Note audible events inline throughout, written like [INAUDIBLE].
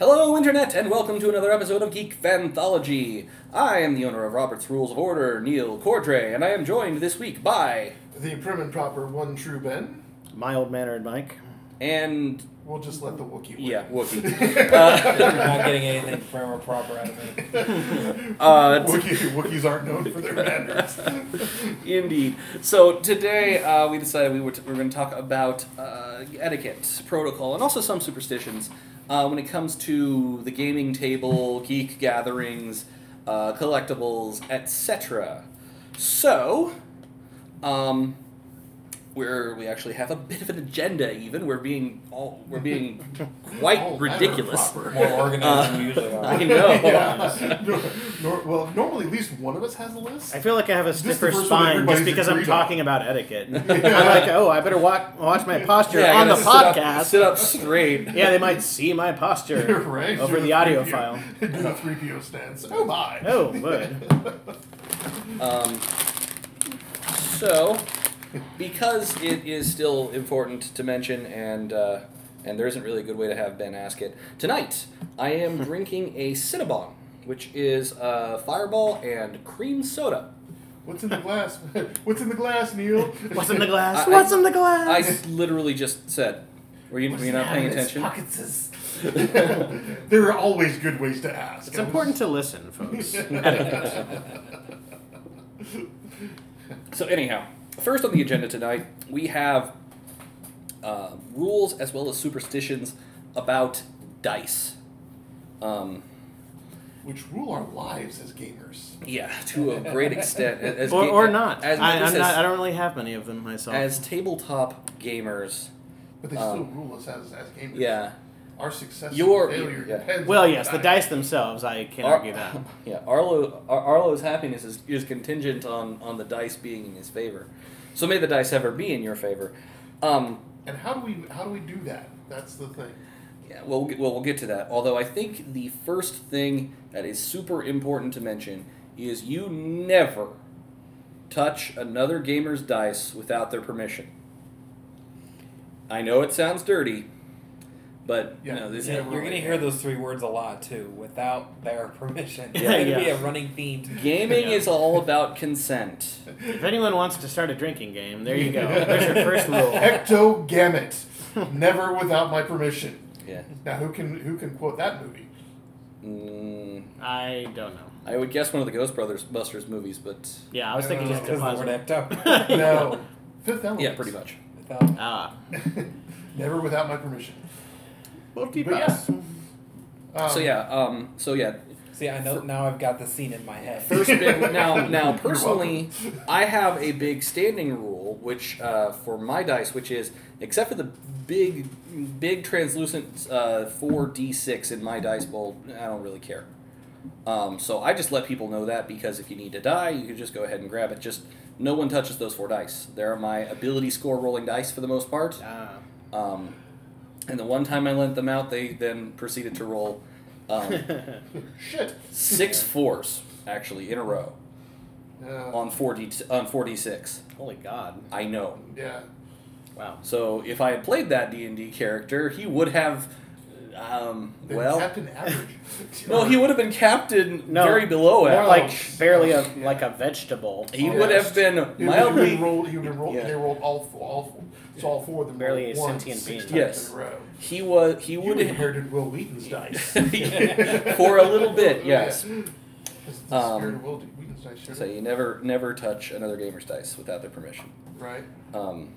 Hello, Internet, and welcome to another episode of Geek Vanthology. I am the owner of Robert's Rules of Order, Neil Cordray, and I am joined this week by. The prim and proper one true Ben. My old mannered Mike. and. We'll just let the Wookiee win. yeah, Wookie. Uh, You're not getting anything firm or proper out of it. uh, t- Wookie, Wookiees aren't known [LAUGHS] for their manners. indeed. So today uh, we decided we were, t- we were going to talk about uh, etiquette, protocol, and also some superstitions uh, when it comes to the gaming table, geek gatherings, uh, collectibles, etc. So, um, we're we actually have a bit of an agenda. Even we're being all we're being quite All manner ridiculous. Uh, proper. More organized than we usually [LAUGHS] are. I know. Yeah. Nor- nor- well, normally at least one of us has a list. [LAUGHS] I feel like I have a is the stiffer first one spine everybody's just because I'm agreed on. talking about etiquette. I'm like, oh, I better walk, watch my posture I on the gotta sit up- podcast. sit up [LAUGHS] straight. Yeah, they might see my [LAUGHS] posture right. over do the audio 3PO file. [LAUGHS] Do the 3PO stance. Oh my. Oh, good. Um, so, because it is still important to mention, and uh, and there isn't really a good way to have Ben ask it tonight, I am drinking a Cinnabon, which is uh, Fireball and cream soda. What's in the glass? [LAUGHS] What's in the glass, Neil? [LAUGHS] What's in the glass? I- I- What's in the glass? I s- literally just said, were you, were you not paying attention? [LAUGHS] there are always good ways [LAUGHS] to ask. it's [LAUGHS] important to listen, folks. So anyhow, first on the agenda tonight, we have uh, rules as well as superstitions about dice. Um, Which rule our lives as gamers. Yeah, to a great extent. a- As [LAUGHS] or, ga- or not. As, I, this I'm is- not. I don't really have many of them myself. as tabletop gamers, But they still Um, rule us as, as gamers. yeah, Our success Your- or failure yeah. depends well, on yes, the dice themselves. I can't Ar- argue that. [LAUGHS] yeah. Arlo, Ar- Arlo's happiness is, is contingent on on the dice being in his favor. So may the dice ever be in your favor. Um, And how do we how do we do that? That's the thing. yeah, well, we'll get- well, we'll get to that. Although I think the first thing that is super important to mention is you never touch another gamer's dice without their permission. I know it sounds dirty, but Yeah, you know this yeah, is we're You're going to hear those three words a lot too, without their [LAUGHS] permission. It's Yeah, going to be yeah. a running theme. [LAUGHS] to- Gaming [LAUGHS] is all about consent. If anyone wants to start a drinking game, [LAUGHS] there [LAUGHS] you go. There's your first rule. Ecto gamut. Never without my permission. Yeah. Now who can who can quote that movie? [LAUGHS] Mm, I don't know. I would guess one of the Ghost Brothers Busters movies, but Yeah, I was thinking Uh, just 'cause the word deposit. [LAUGHS] act up. No. Fifth element. yeah, pretty much. Without- Ah. [LAUGHS] Never without my permission. But yeah. bucks. Um, so yeah, um, so yeah. See, I know now I've got the scene in my head. [LAUGHS] First big [LAUGHS] now now You're personally, I have a big standing rule which uh, for my dice, which is except for the big big translucent uh, four d six in my dice bowl, I don't really care. Um, so I just let people know that because if you need to die, you can just go ahead and grab it. Just no one touches those four dice. They're my ability score rolling dice for the most part. Ah. Um, and the one time I lent them out, they then proceeded to roll um, [LAUGHS] Shit. six fours actually in a row Uh, on forty on forty six. [LAUGHS] Holy God! I know. yeah. Wow. So if I had played that D and D character, he would have. Um, Then well, Captain [LAUGHS] Average. no, [LAUGHS] he would have been captain No, very below More average. like Ouch. barely a like a vegetable. he Yeah. would have been He would have mildly. been rolled. He would have been rolled. Yeah. They rolled all four. All four. So all four of them. Barely rolled a one, sentient six being. times Yes. In a row. He was. He You would have. [LAUGHS] inherited Will Wheaton's [LAUGHS] dice. for a little [LAUGHS] bit, Yeah. yes. It's the Um, spirit of Will Wheaton's dice. sure. So you never, never touch another gamer's dice without their permission. Right. Um,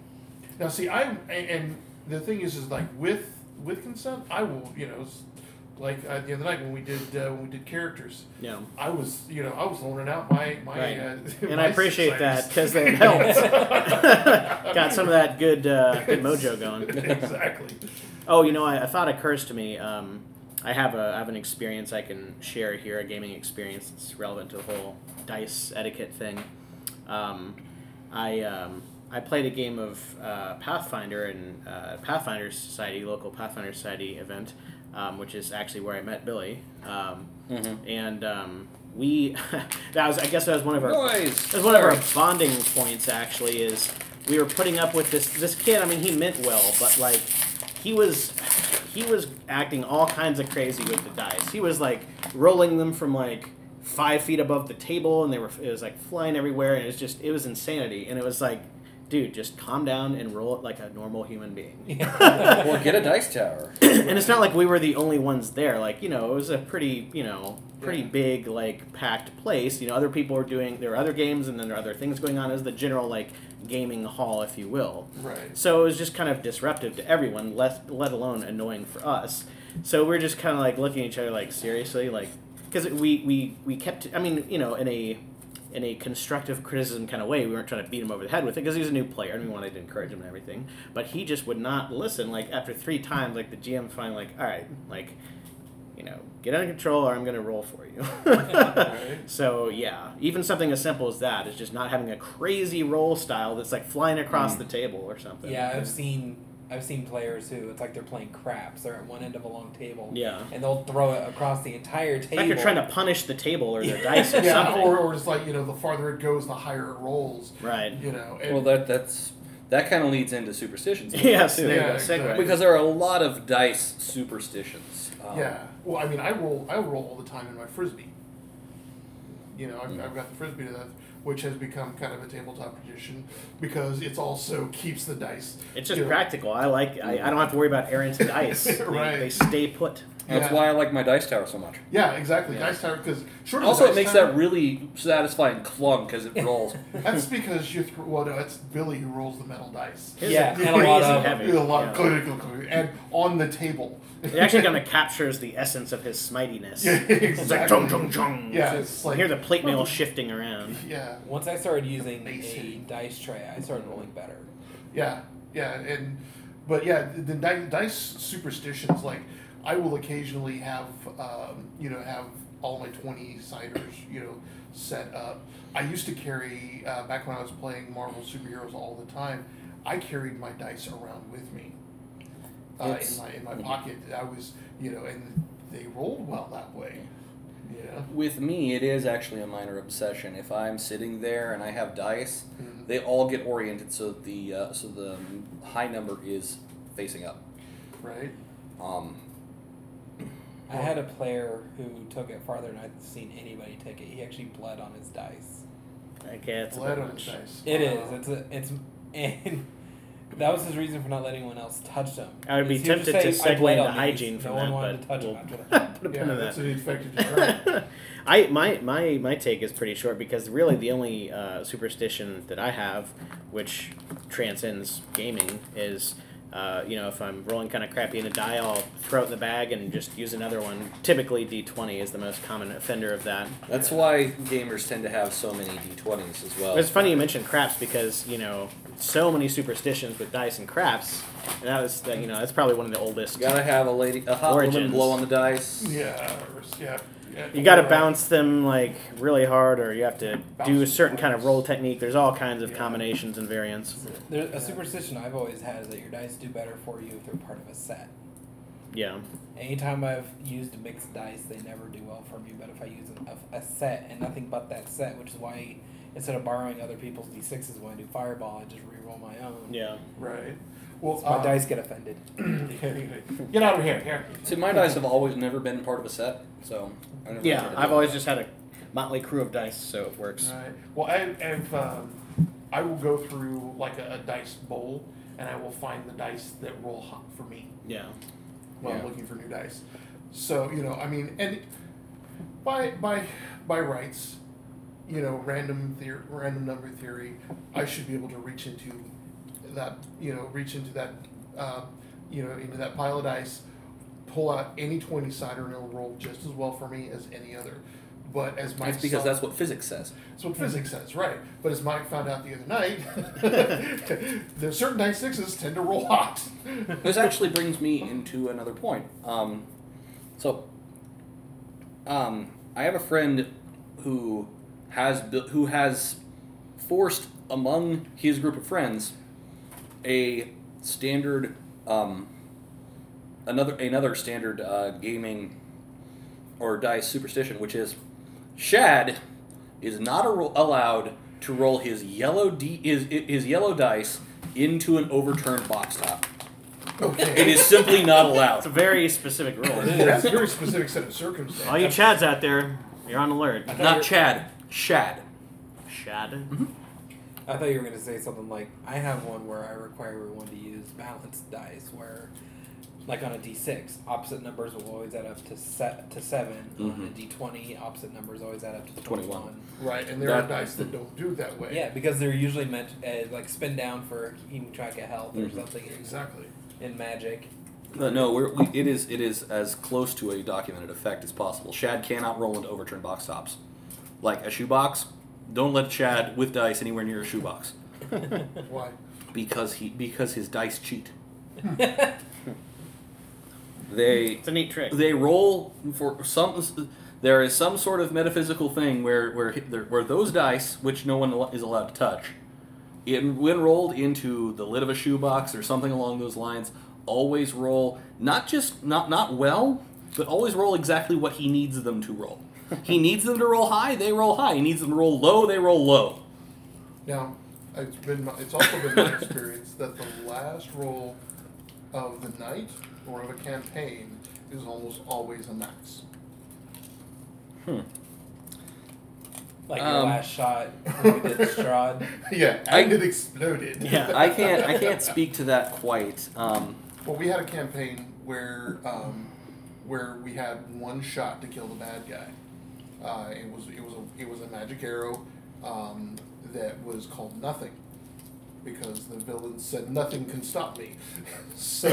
Now, see, I and, and the thing is, is like with with consent, I will, you know, s- like uh, the other night when we did uh, when we did characters, Yeah. I was, you know, I was loaning out my my. Right. Uh, [LAUGHS] And my I appreciate that [LAUGHS] six-siders. because [LAUGHS] they helped. [LAUGHS] Got some of that good uh, good mojo [LAUGHS] going. exactly. Oh, you know, I, a thought occurs to me. Um, I have a I have an experience I can share here, a gaming experience that's relevant to the whole dice etiquette thing. Um, I um, I played a game of uh, Pathfinder in uh, Pathfinder Society, local Pathfinder Society event, um, which is actually where I met Billy. Um, And um, we [LAUGHS] that was I guess that was one of our Noise. that was one of our Sorry. bonding points actually is we were putting up with this this kid. I mean, he meant well, but like he was [SIGHS] he was acting all kinds of crazy with the dice. He was like rolling them from like five feet above the table, and they were it was like flying everywhere, and it was just it was insanity. And it was like, dude, just calm down and roll it like a normal human being. [LAUGHS] or get a dice tower. [CLEARS THROAT] and it's not like we were the only ones there. Like you know, it was a pretty you know pretty Yeah. big like packed place. You know, other people were doing there were other games, and then there were other things going on. As the general like gaming hall, if you will. Right. So it was just kind of disruptive to everyone, let let alone annoying for us. So we're just kind of like looking at each other, like seriously, like because we, we we kept. I mean, you know, in a in a constructive criticism kind of way, we weren't trying to beat him over the head with it because he was a new player and we wanted to encourage him and everything. But he just would not listen. Like after three times, like the GM finally like, all right, like you know, get under control or I'm gonna roll for you. [LAUGHS] So yeah, even something as simple as that is just not having a crazy roll style that's like flying across Mm. the table or something. Yeah, I've seen I've seen players who it's like they're playing craps. They're at one end of a long table, Yeah. and they'll throw it across the entire In table. fact, you're trying to punish the table or their dice [LAUGHS] or [LAUGHS] Yeah, something. or, or it's like you know, the farther it goes, the higher it rolls. right. You know, and Well, that that's that kind of leads into superstitions. a little bit, [LAUGHS] Yes, too. there you go. exactly. Segue. because there are a lot of dice superstitions. Um, yeah. Well, I mean, I roll I roll all the time in my frisbee. You know, I've, I've got the frisbee to that, which has become kind of a tabletop tradition because it's also keeps the dice. It's just you know, practical. I like. I, I don't have to worry about errants and [LAUGHS] dice. They- Right. they, stay put. That's Yeah. why I like my dice tower so much. Yeah, exactly. Yeah. Dice tower because short. of Also, dice it makes tower, [LAUGHS] that really satisfying clunk as it rolls. That's because you. Th- well, no, that's Billy who rolls the metal dice. His Yeah, is and a lot crazy of- heavy. A lot Yeah. of click, click, click, click, and on the table. It actually kind of captures the essence of his smitiness. yeah, [LAUGHS] It's like exactly. chung chung chung. Yeah, So it's like- you hear the plate [LAUGHS] mail shifting around. Yeah, Once I started using a Amazing. dice tray, I started rolling better. yeah, yeah, and but yeah, the di- dice superstitions. Like, I will occasionally have um, you know have all my twenty ciders you know set up. I used to carry uh, back when I was playing Marvel superheroes all the time. I carried my dice around with me uh, in It's- my in my pocket. I was you know, and they rolled well that way. You know. With me, it is actually a minor obsession. If I'm sitting there and I have dice, Mhm. they all get oriented so the uh, so the high number is facing up. Right. Um, I had a player who took it farther than I'd seen anybody take it. He actually bled on his dice. Okay, it's a Blood bit on much. the dice. Uh, It is. Wow. It's a, it's and [LAUGHS] that was his reason for not letting anyone else touch them. I would be He would just tempted to say, "I segue bled into on these." hygiene no from one that, wanted but to touch we'll- [LAUGHS] them after that. Put a Yeah, pin in that's that. an infected [LAUGHS] drug. I my my my take is pretty short because really the only uh, superstition that I have, which transcends gaming, is uh, you know if I'm rolling kind of crappy in a die, I'll throw it in the bag and just use another one. Typically, D20 is the most common offender of that. that's why gamers tend to have so many d20s as well. It's funny you mentioned craps because you know so many superstitions with dice and craps, and that was that you know that's probably one of the oldest. You gotta have a lady, a hot woman Origins. blow on the dice. Yeah, or- yeah. yeah, You got to or, uh, bounce them like really hard, or you have to do a certain kind of roll technique. There's all kinds of Yeah. combinations and variants. [LAUGHS] There, a superstition I've always had is that your dice do better for you if they're part of a set. Yeah, Anytime I've used mixed dice, they never do well for me. But if I use a, a set and nothing but that set, which is why instead of borrowing other people's d6s when I do fireball, I just re-roll my own. yeah. Right. Well, So my uh, dice [CLEARS THROAT] get offended. Get out of here. Here. See, my dice have always never been part of a set, so I never Yeah, really I've did. always just had a motley crew of dice, so it works. Right. Well, I, I've um, I will go through like a, a dice bowl, and I will find the dice that roll hot for me Yeah. when Yeah. I'm looking for new dice. So you know, I mean, and by by by rights, you know, random theory, random number theory, I should be able to reach into that, you know, reach into that, uh, you know, into that pile of dice, pull out any twenty sider, and it'll roll just as well for me as any other. But as my It's because son- that's what physics says. that's what physics says, right? But as Mike found out the other [LAUGHS] night, there's certain dice sixes tend to roll [LAUGHS] hot. [LAUGHS] This actually brings me into another point. Um, so, um, I have a friend who has bu- who has forced among his group of friends a standard um, another another standard uh, gaming or dice superstition, which is Shad is not a ro- allowed to roll his yellow d his his yellow dice into an overturned box top. Okay. It is simply not It's a allowed. very specific [LAUGHS] rule. That's a very specific set of circumstances. [LAUGHS] All Oh, you Chads out there, you're on alert. I thought you Not were- Chad. Shad. Shad. I thought you were going to say something like, I have one where I require everyone to use balanced dice, where, like on a d6, opposite numbers will always add up to se- to 7. On a Mhm. d20, opposite numbers always add up to 21. 21. Right, and there That- are dice that don't do it that way. Yeah, because they're usually meant uh, like spin down for keeping track of health or Mhm. something in, Exactly. in [LAUGHS] magic. Uh, no, we're, we, it is it is as close to a documented effect as possible. Shad cannot roll into overturned box tops, like a shoebox. Don't let Shad with dice anywhere near a shoebox Why? because he because his dice cheat. They It's a neat trick. they roll for some there is some sort of metaphysical thing where where where those dice which no one is allowed to touch in, when rolled into the lid of a shoebox or something along those lines always roll not just not not well but always roll exactly what he needs them to roll he needs them to roll high they roll high he needs them to roll low they roll low Now, it's been my, it's also been my experience that the last roll of the night or of a campaign is almost always a max. [LAUGHS] Like your Um. last shot when we did the Strahd. yeah, I- and it exploded. Yeah, i can't i can't speak to that quite um, Well, we had a campaign where um, where we had one shot to kill the bad guy. Uh, it was it was a, it was a magic arrow um, that was called nothing because the villain said nothing can stop me. [LAUGHS] so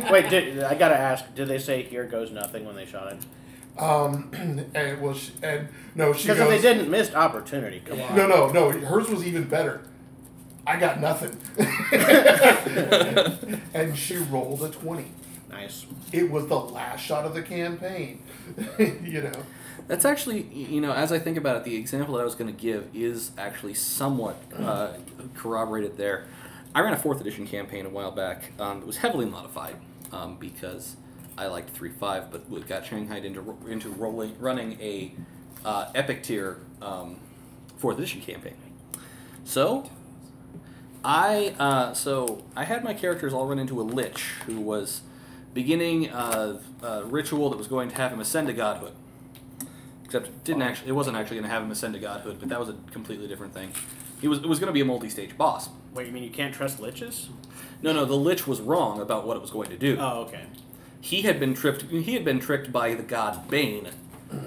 [LAUGHS] Wait, did, I gotta ask. Did they say "Here goes nothing" when they shot it? um, and it was and no she Because goes if they didn't, missed opportunity. Come Yeah. on. no no no hers was even better. I got [LAUGHS] nothing. and she rolled a twenty. Nice. It was the last shot of the campaign. [LAUGHS] you know. That's actually, y- you know, as I think about it, the example that I was going to give is actually somewhat uh, corroborated there. I ran a fourth edition campaign a while back um, that was heavily modified um, because I liked three five, but we got Shanghai into ro- into rolling running a uh, epic tier um, fourth edition campaign. So I uh, so I had my characters all run into a lich who was beginning a, a ritual that was going to have him ascend to godhood. Except it didn't actually it wasn't actually going to have him ascend to godhood, but that was a completely different thing. It was it was going to be a multi-stage boss. Wait, you mean you can't trust liches? No, no, the lich was wrong about what it was going to do. Oh, okay. He had been tripped. He had been tricked by the god Bane,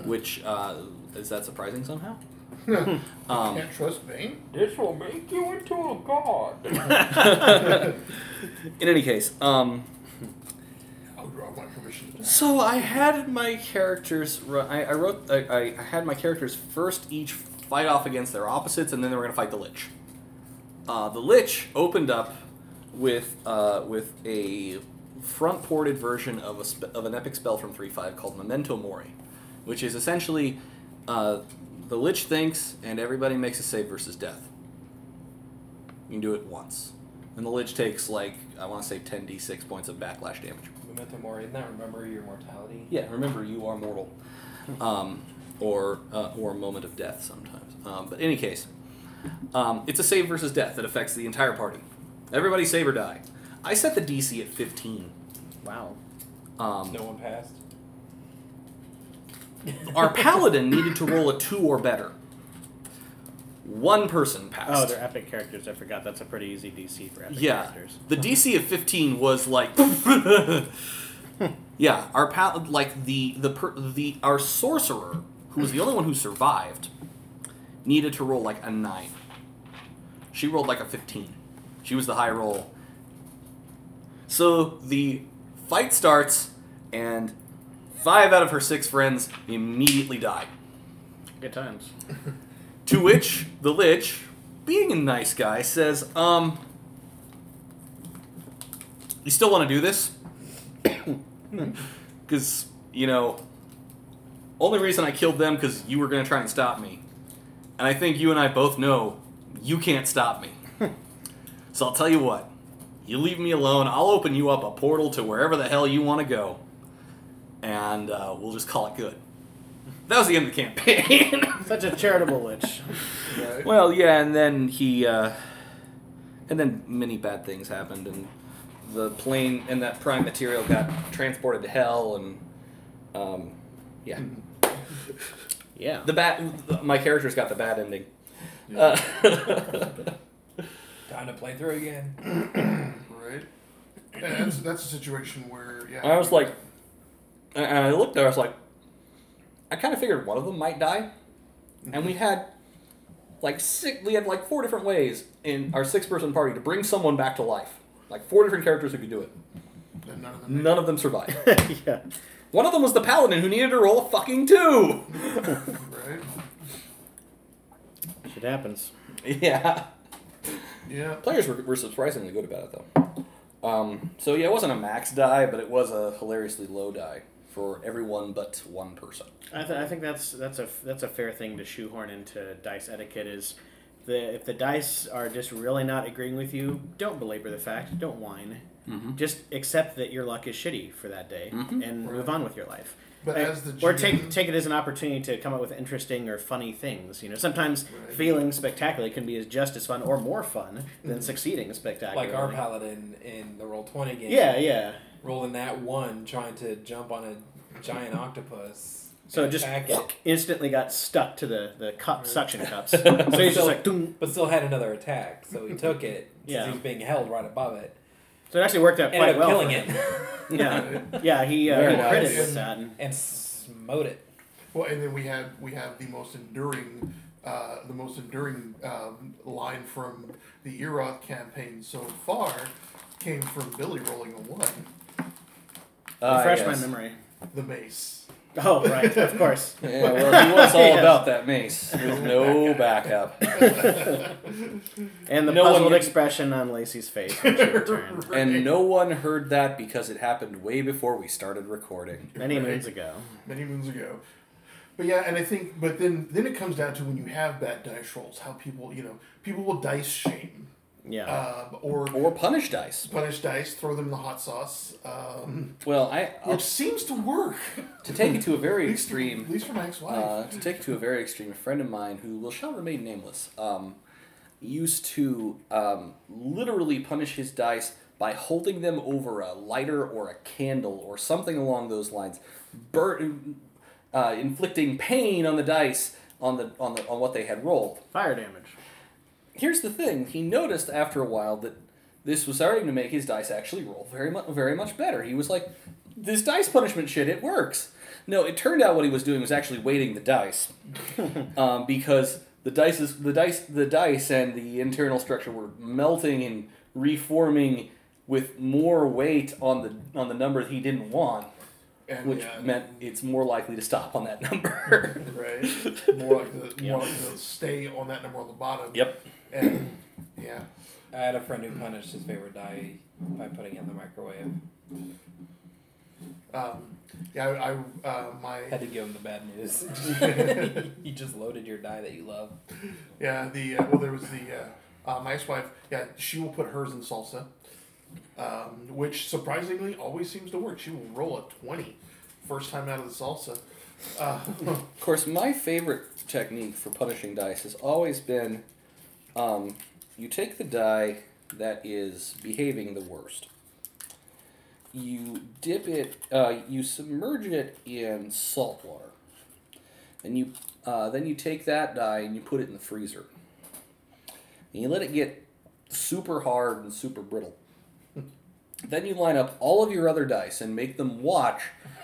which uh, is that surprising somehow? Um, [LAUGHS] Can't trust Bane. [LAUGHS] This will make you into a god. in any case, um, I'll draw my permission. [LAUGHS] So I had my characters. ru- I, I wrote. I, I- I had my characters first each fight off against their opposites, and then they were going to fight the lich. Uh, the lich opened up with uh, with a front ported version of a spe- of an epic spell from three five called Memento Mori, which is essentially uh, the lich thinks, and everybody makes a save versus death. You can do it once, and the lich takes like I want to say ten d six points of backlash damage. Memento Mori, isn't that remember your mortality? Yeah, remember you are mortal, um, or uh, or a moment of death sometimes. Um, but any case, um, it's a save versus death that affects the entire party. Everybody save or die. I set the DC at fifteen. Wow. Um, No one passed. [LAUGHS] Our paladin needed to roll a two or better. One person Oh, passed. they're epic characters. I forgot. That's a pretty easy DC for epic yeah, characters. [LAUGHS] the DC of fifteen was like. yeah, our pal- like the the per- the our sorcerer who was the only one who survived needed to roll like a nine. She rolled like a fifteen. She was the high roll. So the fight starts, and five out of her six friends immediately die. Good times. To which the Lich, being a nice guy, says, um, you still want to do this? [COUGHS] Because, you know, only reason I killed them because you were going to try and stop me. And I think you and I both know you can't stop me. [LAUGHS] so I'll tell you what. You leave me alone, I'll open you up a portal to wherever the hell you want to go. And uh, we'll just call it good. That was the end of the campaign. [LAUGHS] Such a charitable lich. Right? Well, yeah, and then he, uh, and then many bad things happened, and the plane and that prime material got transported to hell, and um, yeah, [LAUGHS] Yeah. the bad. My character's got the bad ending. Uh, [LAUGHS] Time to play through again. right? And that's, that's a situation where yeah. I was like, and I looked there. I was like, I kind of figured one of them might die, and we had like six. We had like four different ways in our six-person party to bring someone back to life. Like four different characters who could do it. and none of them. None of them survived. [LAUGHS] yeah. One of them was the paladin who needed to roll a fucking two. Right? Shit happens. [LAUGHS] yeah, Yeah. players were, were surprisingly good about it though. Um, so yeah, it wasn't a max die, but it was a hilariously low die for everyone but one person. I, th- I think that's that's a that's a fair thing to shoehorn into dice etiquette is the if the dice are just really not agreeing with you, don't belabor the fact, don't whine, Mm-hmm. just accept that your luck is shitty for that day Mhm. and move on with your life. But Uh, as the or GM take take it as an opportunity to come up with interesting or funny things. You know, sometimes Right. failing spectacularly can be as just as fun or more fun than succeeding spectacularly. Mm-hmm. Like our paladin in the roll twenty game. Yeah, yeah. Rolling that one, trying to jump on a [LAUGHS] giant octopus. So and just attack it, instantly got stuck to the the cup suction [LAUGHS] cups. so So he's So- just like, "Dum." but still had another attack. [LAUGHS] So he took it. Yeah. Yeah. He was being held right above it. so it actually worked out Ended quite up well. killing for it him. [LAUGHS] [LAUGHS] Yeah, yeah. He uh, Very he nice. credited with that. and- and smote it. Well, and then we have we have the most enduring, uh, the most enduring um, line from the Eroth campaign so far came from Billy rolling a one, Uh, refresh yes. my memory. the mace. [LAUGHS] Oh right, of course. Yeah, well, he was all Yes. about that mace with no backup. And the No one puzzled knew- expression on Lacey's face when she returned [LAUGHS] And no one heard that because it happened way before we started recording. many Right. moons ago. many moons ago. But yeah, and I think, but then then it comes down to when you have bad dice rolls, how people you know people will dice shame, Uh, Yeah. um, or Or punish dice. punish dice, throw them in the hot sauce, um, Well, I I'll, which seems to [LAUGHS] work. to take it to a very At least- At extreme. least for my ex-wife. Uh, to take it to a very extreme, a friend of mine who will shall remain nameless um, used to um, literally punish his dice by holding them over a lighter or a candle or something along those lines, bur- uh, inflicting pain on the dice on the on the on what they had rolled. Fire damage. here's the thing he noticed after a while that this was starting to make his dice actually roll very much very much better he was like this dice punishment shit it works no it turned out what he was doing was actually weighting the dice um, because the dice is, the dice the dice and the internal structure were melting and reforming with more weight on the on the number he didn't want and uh, which yeah, meant it's more likely to stop on that [LAUGHS] [LAUGHS] number [LAUGHS] right, more like the more like the stay on that number on the bottom. yep And yeah, I had a friend who punished his favorite die by putting it in the microwave. um, yeah, I, I uh, my Had to give him the bad [LAUGHS] news. [LAUGHS] you just loaded your die that you love. [LAUGHS] Yeah, the uh, well, there was the uh, uh, my ex-wife. Yeah, she will put hers in salsa, um, which surprisingly always seems to work. She will roll a twenty, first time out of the salsa. Uh, [LAUGHS] Of course, my favorite technique for punishing dice has always been um, you take the die that is behaving the worst. You dip it, uh, you submerge it in salt water. And you, uh, then you take that die and you put it in the freezer. And you let it get super hard and super brittle. [LAUGHS] Then you line up all of your other dice and make them watch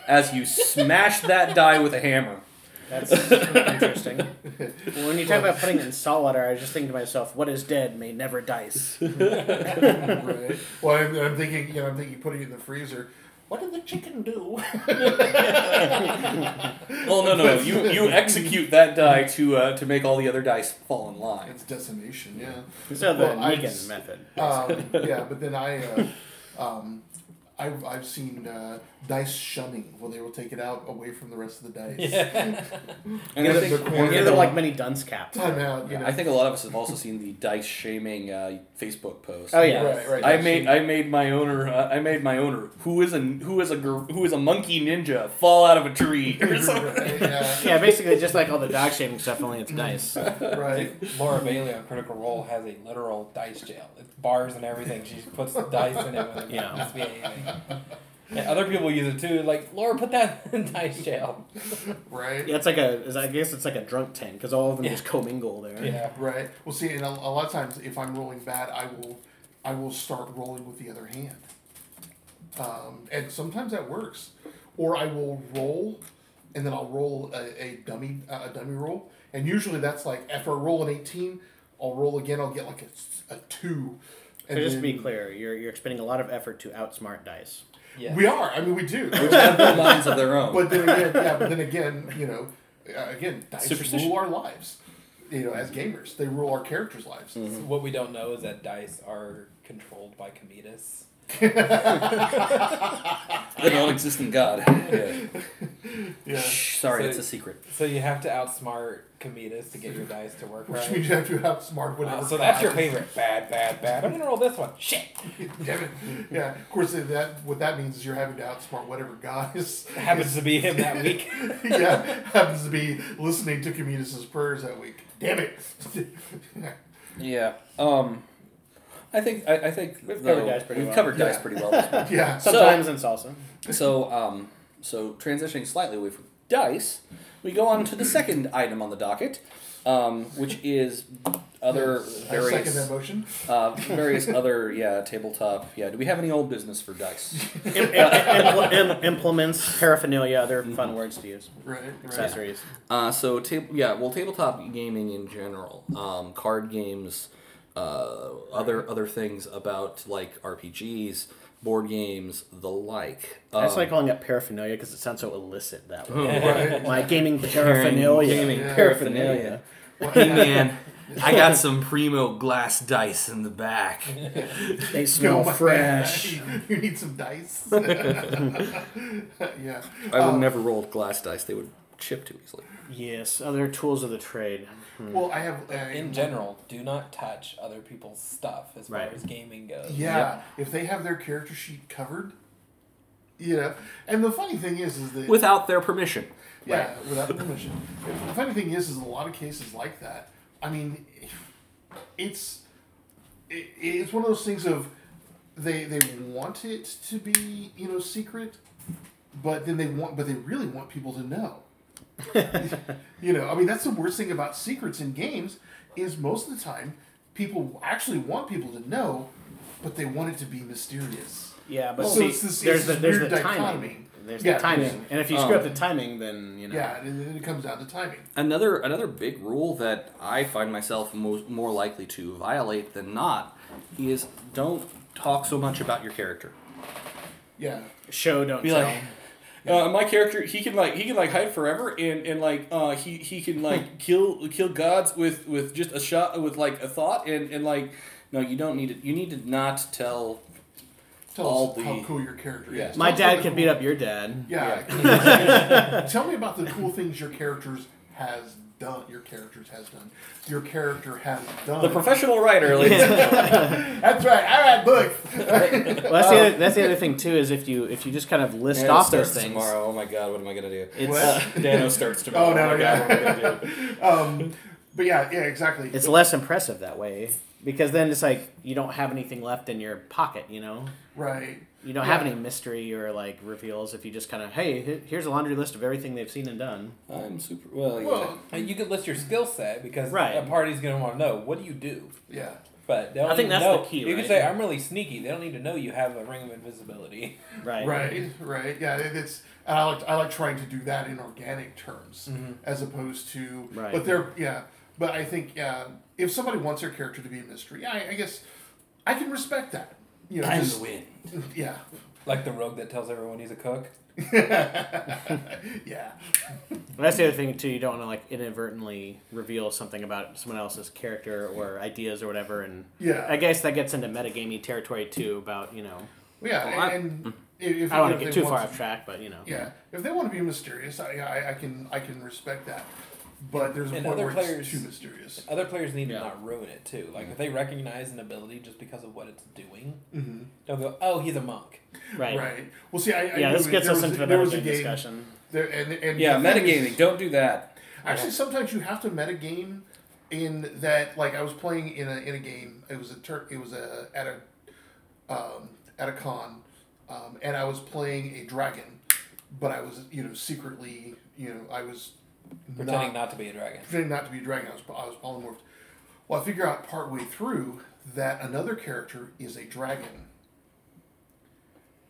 as you smash that die with a hammer. That's interesting. Well, when you talk about putting it in salt water, I was just thinking to myself, "What is dead may never dice." right. Well, I'm, I'm thinking, you know, I'm thinking putting it in the freezer. What did the chicken do? [LAUGHS] Well, no, no, no. You you execute that die to uh, to make all the other dice fall in line. it's decimation. [LAUGHS] Yeah. So the Well, I Negan just- method. Um, yeah, but then I, uh, um, I've, I've seen uh, dice shunning where they will take it out away from the rest of the dice. And I Yeah, think, the Or corner- yeah, give them like many dunce caps. Time out. You know. I think a lot of us have also seen the dice shaming uh, Facebook post. Oh, yeah. Right, right. I made I made my owner uh, I made my owner who is a who is a gir- who is a monkey ninja fall out of a [LAUGHS] tree or something. Right, yeah, Yeah, basically just like all the dog shaming stuff, only it's dice. right. Laura Bailey on Critical Role has a literal dice jail. It's bars and everything. She just puts the dice in it when they're Yeah. not misbehaving. And other people use it too. Like Laura, put that [LAUGHS] in dice jail. Right. Yeah, it's like a. is- I guess it's like a drunk tent because all of them Yeah. just commingle there. Yeah. Right. Well, see, and a, a lot of times, if I'm rolling bad, I will, I will start rolling with the other hand. Um, and sometimes that works, or I will roll, and then I'll roll a, a dummy a dummy roll, and usually that's like after I roll an eighteen, I'll roll again. I'll get like a, s- a two. So And just to be then- clear, you're you're expending a lot of effort to outsmart dice. Yeah. We are. I mean, we do. Which have their minds of their own. [LAUGHS] But then again, yeah. But then again, you know, uh, again, dice Superstition. rule our lives. You know, as gamers, they rule our characters' lives. So what we don't know is that dice are controlled by Cometus. The non-existent god. [LAUGHS] Yeah. Yeah. Shh, sorry, So- it's a secret. So you have to outsmart Cometus to get your dice to work Which right. means you have to outsmart whatever. Uh, so that's your causes- favorite. Bad, bad, bad. I'm gonna roll this one. Shit. Damn it. Yeah, of course that what that means is you're having to outsmart whatever God is Happens to be him that [LAUGHS] week. [LAUGHS] yeah, happens to be listening to Communis's prayers that week. Damn it. [LAUGHS] yeah. Yeah. Um, I think I, I think we've covered dice pretty we've well. covered dice Yeah. pretty well. This week. yeah. So- Sometimes in salsa. So, um, so transitioning slightly away from dice, we go on to the second item on the docket, um, which is other I second various, that motion. uh, various other yeah tabletop yeah. Do we have any old business for [LAUGHS] dice? Im- im- impl- im- implements, paraphernalia, other fun words to use, Right, right. accessories. Uh, so table yeah, well tabletop gaming in general, um, card games, uh, other other things about like RPGs, board games, the like. I just Um, like calling it paraphernalia because it sounds so illicit that [LAUGHS] way. Right. Like gaming paraphernalia. Gaming Yeah. paraphernalia. Hey [LAUGHS] man, I got some primo glass dice in the back. They No, smell my fresh. man, [LAUGHS] you need some [LAUGHS] dice. [LAUGHS] yeah. I would Um, never roll glass dice; they would chip too easily. Yes, other tools of the trade. Well, I have. Uh, In general, do not touch other people's stuff as far Right. as gaming goes. Yeah, if they have their character sheet covered, you know. And the funny thing is, is that Without their permission. Yeah, without permission. the funny thing is, is a lot of cases like that. I mean, it's it, it's one of those things of they they want it to be you know secret, but then they want but they really want people to [LAUGHS] know. you know, I mean that's the worst thing about secrets in games is most of the time people actually want people to know, but they want it to be mysterious. Yeah, but Well, so see, it's this- there's it's the this there's weird the dichotomy. timing. There's Yeah, the timing, there's- and if you screw um, up the timing, then you know. Yeah, and then it comes down to timing. Another another big rule that I find myself most, more likely to violate than not is don't talk so much about your character. Yeah. Show don't Be tell. like, [LAUGHS] uh, my character, he can like he can like hide forever, and and like uh, he he can [LAUGHS] like kill kill gods with with just a shot with like a thought, and and like no, you don't need to You need to not tell. Tell All us how the- cool your character yeah. is. My Tell us how dad can cool- beat up [LAUGHS] your dad. Yeah. [LAUGHS] Tell me about the cool things your characters has done. Your characters has done. Your character has done. The professional writer, [LAUGHS] ladies and That's right. All right, book. Well, that's, the other, that's the other thing too is if you if you just kind of list Dano off those starts things, Tomorrow. Oh my god, what am I gonna do? it's What? Dano starts tomorrow. [LAUGHS] oh no, my God, what am I yeah. gonna do? [LAUGHS] um, but yeah, yeah, exactly. it's less impressive that way because then it's like you don't have anything left in your pocket. You know, right. you don't have Yeah. any mystery or like reveals if you just kind of hey he- here's a laundry list of everything they've seen and done. I'm super. Well, yeah. Well, And you could list your skill set because Right. a party's gonna want to know what do you do. yeah. But they don't I think need to that's the know- key, You can right? say I'm really sneaky. They don't need to know you have a ring of [LAUGHS] invisibility. Right. Right, right. Yeah, it- it's and I like I like trying to do that in organic terms as opposed to Right. but they're yeah. But I think uh, if somebody wants their character to be a mystery, I, I guess I can respect that. You know, just- win. [LAUGHS] yeah. Like the rogue that tells everyone he's a cook. yeah. Well, that's the other thing too. You don't want to like inadvertently reveal something about someone else's character or ideas or whatever. And Yeah. I guess that gets into metagamey territory too. About you know, yeah, Well, I- and, and if, if- Hmm. I don't want if to get they too far want off track, but you know. to- Yeah, if they want to be mysterious, I, I, I can I can respect that. But there's a And point other where players- it's too mysterious. Other players need Yeah. to not ruin it too. Like if they recognize an ability just because of what it's doing, Mm-hmm. hmm they'll go, "Oh, he's a monk." Right. Right. Well, see, I, I Yeah, knew this it. gets There us was- into the there was a metagame game- discussion. There, and, and [LAUGHS] Yeah, the thing is- metagaming. Don't do that. Actually, sometimes you have to metagame in that. Like I was playing in a in a game. It was a tur- It was a at a um, at a con, um, and I was playing a dragon, but I was you know secretly you know I was Pretending not, to be a dragon. pretending not to be a dragon. I was I was polymorphed. Well, I figure out partway through that another character is a dragon,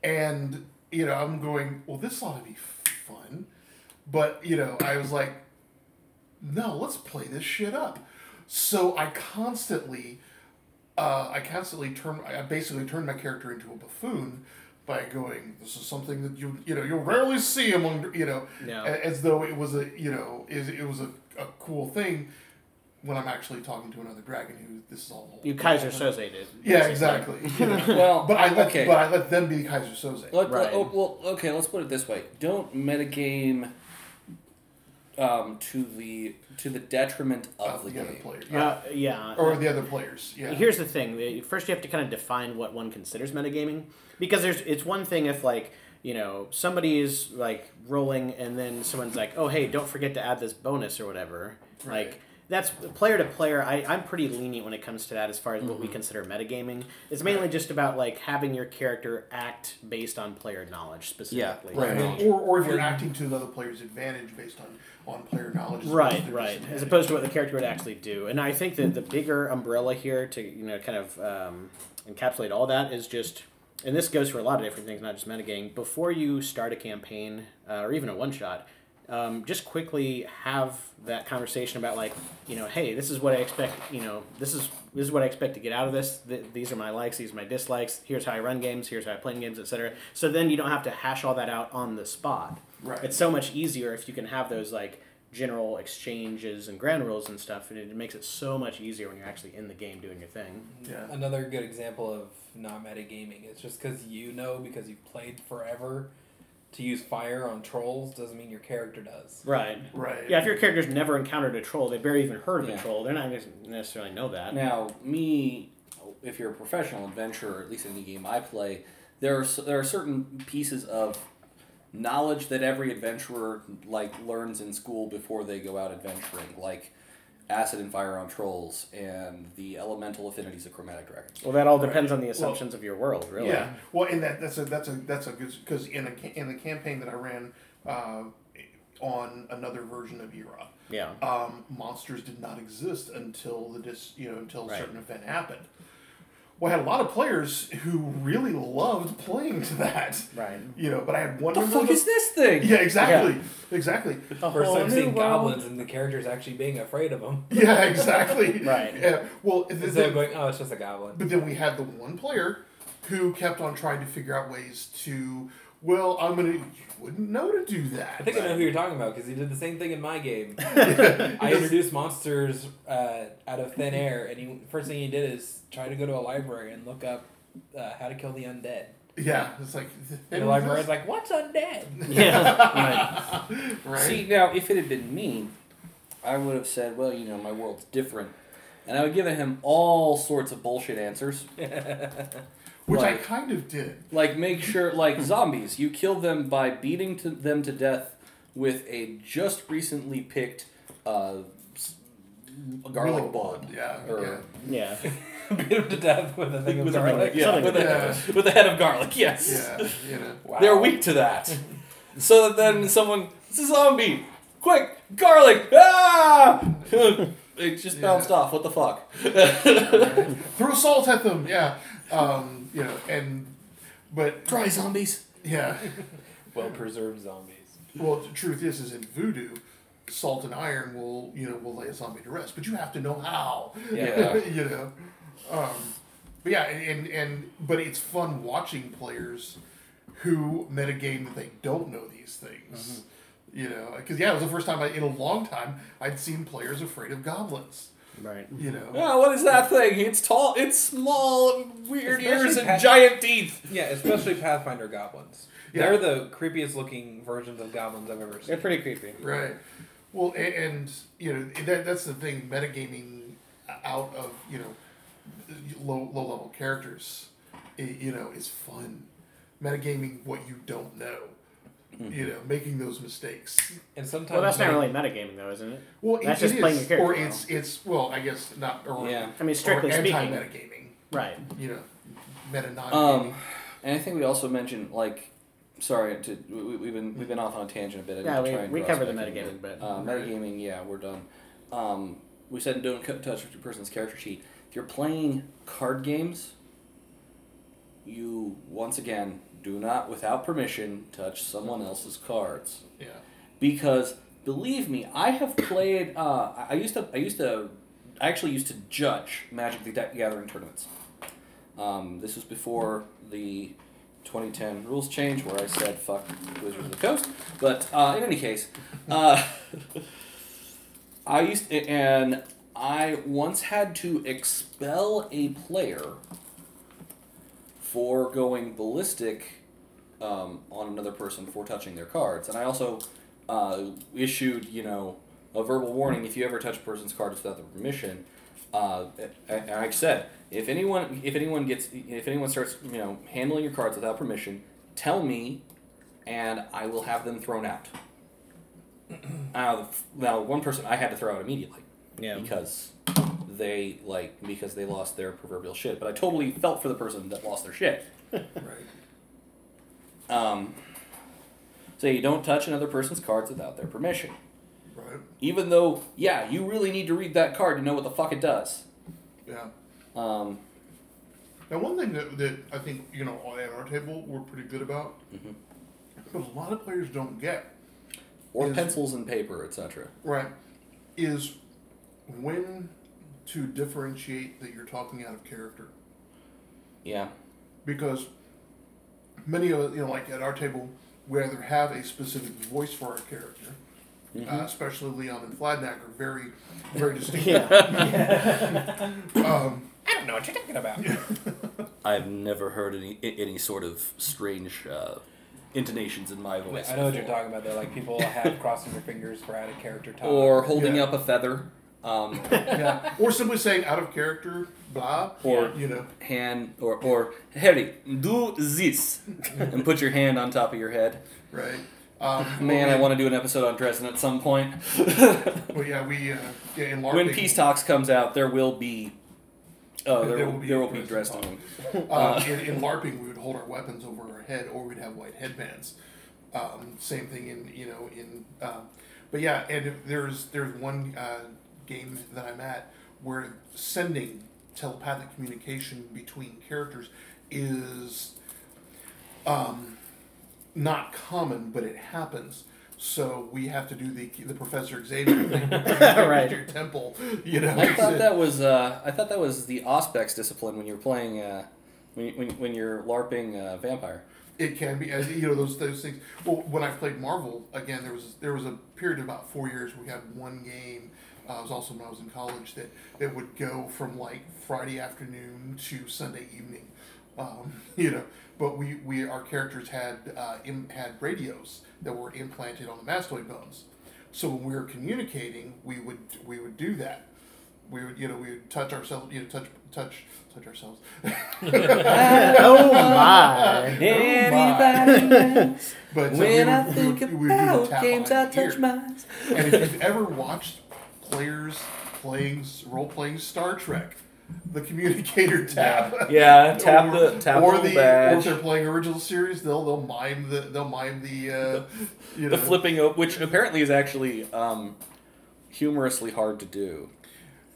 and you know I'm going. Well, this ought to be fun, but you know I was like, no, let's play this shit up. So I constantly, uh, I constantly turn. I basically turned my character into a buffoon. By going, this is something that you you know you'll rarely see among you know Yeah. a- as though it was a you know is it was a, a cool thing when I'm actually talking to another dragon who this is all You Kaiser Soze did. yeah exactly you know. Well, but I let okay. but I let them be Kaiser Soze Let, Right. oh, well, okay, let's put it this way: don't metagame um, to the to the detriment uh, of the the other game. player yeah Uh, yeah. or the other players yeah Here's the thing. the- First, you have to kind of define what one considers metagaming, because there's it's one thing if like you know somebody is like rolling and then someone's like, oh hey, don't forget to add this bonus or whatever. Right. Like that's player to player. I I'm pretty lenient when it comes to that as far as what we Mm-hmm. consider metagaming. It's mainly just about like having your character act based on player knowledge specifically. right Right. or, or if you're acting to the other player's advantage based on on player knowledge as opposed to Right, their right. As disadvantage. opposed to what the character would actually do, and I think that the bigger umbrella here to you know kind of um, encapsulate all that is just, and this goes for a lot of different things, not just metagaming. Before you start a campaign uh, or even a one shot, um, just quickly have that conversation about like you know, hey, this is what I expect. You know, this is this is what I expect to get out of this. Th- these are my likes. These are my dislikes. Here's how I run games. Here's how I play games, etc. So then you don't have to hash all that out on the spot Right. it's so much easier if you can have those like general exchanges and ground rules and stuff and it makes it so much easier when you're actually in the game doing your thing Yeah. Another good example of not metagaming is just because you know because you've played forever to use fire on trolls doesn't mean your character does. right right yeah if your character's never encountered a troll they've barely even heard of a Yeah. troll they're not gonna necessarily know that Now, me, if you're a professional adventurer, at least in the game I play, there are there are certain pieces of knowledge that every adventurer like learns in school before they go out adventuring, like acid and fire on trolls and the elemental affinities of chromatic dragons. well that all depends on the assumptions of your world really Yeah, well, and that that's a that's a that's a good because in a ca- in the campaign that I ran uh, on another version of Era, yeah um, monsters did not exist until the dis you know until Right. a certain event happened. Well, I had a lot of players who really loved playing to that, right you know. But I had What one. the member of fuck is this thing? Yeah, exactly, exactly. First Oh, time seeing [LAUGHS] goblins and the characters actually being afraid of them. Yeah, exactly. [LAUGHS] Right. Yeah. Well, th- Instead th- of going, "Oh, it's just a goblin." But then we had the one player who kept on trying to figure out ways to. Well, I'm gonna. You wouldn't know to do that. I think I know who you're talking about because he did the same thing in my game. [LAUGHS] I Yes. introduced monsters uh, out of thin air, and he first thing he did is try to go to a library and look up uh, how to kill the undead. Yeah, it's like And the librarian's like, "What's [LAUGHS] undead?" [LAUGHS] yeah right. right. See, now if it had been me, I would have said, well, you know, my world's different. And I would give him all sorts of bullshit answers. which I like- kind of did. Like make sure, [LAUGHS] like zombies, you kill them by beating to them to death with a just recently picked uh, s- garlic Willow bulb. Yeah. Or- yeah. yeah Beat him to death with a thing of With a- garlic. yeah, Something with, like a, [LAUGHS] that. with a head of garlic. Yes, [LAUGHS] Yeah, you know. Wow. they're weak to [LAUGHS] that. so that then someone, it's a zombie, quick garlic. Ah! [LAUGHS] it just bounced Yeah. off. What the fuck? Throw salt at them. Yeah. Um, you know, and but Dry zombies. yeah. Well preserved zombies. Well, the truth is, is in voodoo, salt and iron will you know will lay a zombie to rest, but you have to know how. Yeah. [LAUGHS] you know. Um, but yeah, and, and and but it's fun watching players who metagame that they don't know these things. You know, because yeah, it was the first time I, in a long time I'd seen players afraid of goblins. Right. You Mm-hmm. know, Oh, what is that thing? It's tall, it's small, weird Especially ears and pet- giant teeth. Yeah, especially Pathfinder goblins. Yeah. They're the creepiest looking versions of goblins I've ever They're seen. pretty creepy. right? Well, a- and you know that that's the thing. Metagaming out of you know low low level characters, i you know, is fun. Metagaming what you don't know, you know, making those mistakes. And sometimes Well, that's they- not really metagaming, though, isn't it? Well, That's it, just it playing is, your or character well. it's it's well, I guess not. Or, Yeah. I mean, strictly or speaking. anti-metagaming. Right. You know, meta non. Um, and I think we also mentioned like, sorry, to, we, we've been we've been off on a tangent a bit. I need Yeah, to we- try and we draw covered us the back in a metagaming bit. bit. Uh, metagaming, yeah, we're done. Um, we said don't cut- touch your person's character sheet. If you're playing card games, you once again do not, without permission, touch someone else's cards yeah. because believe me, I have played. Uh, I- I used to. I used to. I actually used to judge Magic the Ga- Gathering tournaments. Um, this was before the 2010 rules change, where I said "fuck Wizards of the Coast." But uh, in any case, uh, [LAUGHS] I used to, and I once had to expel a player for going ballistic um, on another person for touching their cards, and I also uh, issued, you know, a verbal warning if you ever touch a person's cards without their permission. Uh, and and I said, if anyone, if anyone gets, if anyone starts, you know, handling your cards without permission, tell me, and I will have them thrown out. [CLEARS THROAT] now, the f- now, one person I had to throw out immediately Yeah. because they like because they lost their proverbial shit. But I totally felt for the person that lost their shit. [LAUGHS] Right. Um, so you don't touch another person's cards without their permission. Right. Even though, yeah, you really need to read that card to know what the fuck it does. Yeah. Um, Now, one thing that, that I think, you know, on- at our table, we're pretty good about, Mhm. but a lot of players don't get, or Is- pencils and paper, etc. right, is when to differentiate that you're talking out of character. Yeah. Because many of, us, you know, like at our table, we either have a specific voice for our character, Mm-hmm. uh, especially Leon and Fladnack are very, very distinct. [LAUGHS] um, I don't know what you're talking about. I've never heard any any sort of strange uh, intonations in my voice. I know what you're talking about though. Like people have crossing their fingers for out of character talk. Or holding Yeah. up a feather, um, [LAUGHS] yeah. Or simply saying out of character, blah, Or- you know, hand, or or Harry, do this, and put your hand on top of your head. right? Um, Man, I want to do an episode on Dresden at some point. Well, yeah, we uh, yeah, in LARPing, when Peace Talks comes out, there will be. Oh, there, will, there will be dressed on. Uh, in, in LARPing, we would hold our weapons over our head, or we'd have white headbands. Um, same thing in you know in, um, but yeah, and if there's there's one uh, game that I'm at where sending telepathic communication between characters is um, not common, but it happens. So we have to do the the Professor Xavier [LAUGHS] thing, Right. Your temple, you know. I thought that was uh, I thought that was the Auspex discipline when you're playing uh, when, you- when, when you're larping uh, vampire. It can be, as you know, those those things. Well, when I played Marvel again, there was there was a period of about four years where we had one game. Uh, it was also when I was in college that that would go from like Friday afternoon to Sunday evening, um, [LAUGHS] you know. But we, we our characters had uh, Im- had radios that were implanted on the mastoid bones, so when we were communicating, we would we would do that. We would you know we would touch ourselves you know touch touch touch ourselves. [LAUGHS] oh my. [LAUGHS] else? But so when uh, we would- I we think would- we would do the about tap games, I behind the touch ear. my eyes. And if you've ever watched players playing role playing Star Trek, the communicator [LAUGHS] tap. Yeah, tap the tap or the, little the, or if badge. they're playing original series, they'll they'll mime the they'll mime the uh, you know The flipping, o- which apparently is actually um, humorously hard to do.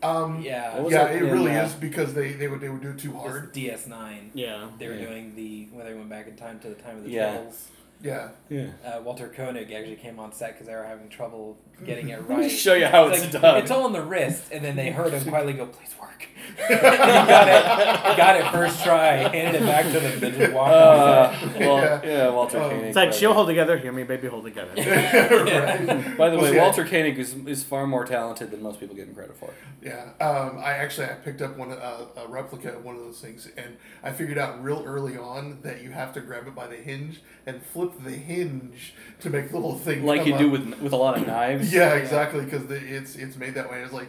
um yeah, What was yeah that it in, really uh, is because they they would they would do it too it was hard DS9. Yeah. They were Yeah. doing the when they went back in time to the time of the Yeah. turtles. Yeah. Yeah. Uh, Walter Koenig actually came on set because they were having trouble getting it Let me right. show you how it's Like, done. Uh, It's all in the wrist, and then they heard him quietly go, "Please work." [LAUGHS] And he got it, got it first try, handed it back to them, then just walked Uh, on set. well, Yeah. yeah, Walter Oh. Koenig. It's like but- she'll hold together, hear me, baby, hold [LAUGHS] together. [LAUGHS] Right. By the Well, way, see, I- Walter Koenig is, is far more talented than most people give him credit for. Yeah, um, I actually I picked up one uh, a replica of one of those things, and I figured out real early on that you have to grab it by the hinge and flip the hinge to make the whole thing Like come you do up. with with a lot of knives. Yeah, exactly, because it's it's made that way. It's like,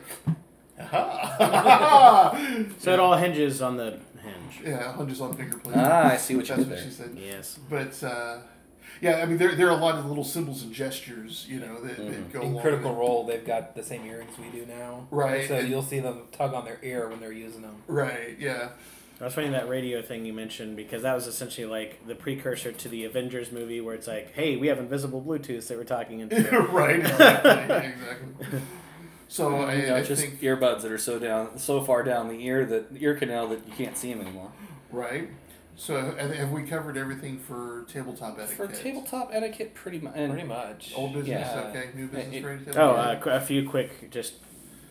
[LAUGHS] aha, So it all hinges on the hinge. yeah, hinges on finger plate. Ah, I see what you That's did what she there. said. Yes. But uh, yeah, I mean there there are a lot of little symbols and gestures, you know, that, Mm-hmm. that go along In with Critical it. Role, they've got the same earrings we do now. Right. So you'll see them tug on their ear when they're using them. Right. Yeah. I was funny that radio thing you mentioned because that was essentially like the precursor to the Avengers movie where it's like, hey, we have invisible Bluetooth that we're talking [LAUGHS] into. [LAUGHS] Oh, right. Exactly. exactly. [LAUGHS] So I, You know, Oh, I just think earbuds that are so down, so far down the ear that ear canal that you can't see them anymore. Right. So have, have we covered everything for tabletop etiquette? For tabletop etiquette, pretty much. Pretty much. Old business, Yeah. okay. New business, It- ready to oh, uh, qu- a few quick, just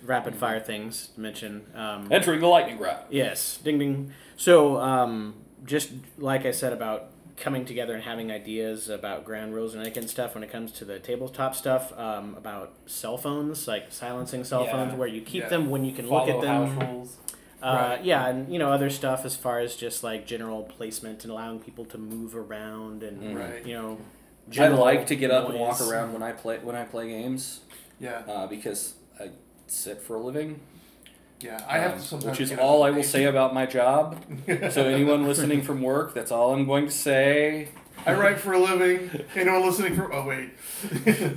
rapid fire things to mention. Um, Entering the lightning round. Yes, ding ding. So, um, just like I said about coming together and having ideas about ground rules and etiquette and stuff when it comes to the tabletop stuff um, about cell phones, like silencing cell Yeah. phones, where you keep Yeah. them when you can Follow look at them. house rules. Uh, Right. Yeah, and you know other stuff as far as just like general placement and allowing people to move around and Mm. Right. you know. I general like to get up and walk noise. around when I play when I play games Yeah, uh, because I sit for a living, yeah. I have um, to sometimes. which is get up all I at will eight. say about my job. [LAUGHS] So anyone listening from work, that's all I'm going to say. I write for a living. Anyone listening for? Oh wait. [LAUGHS]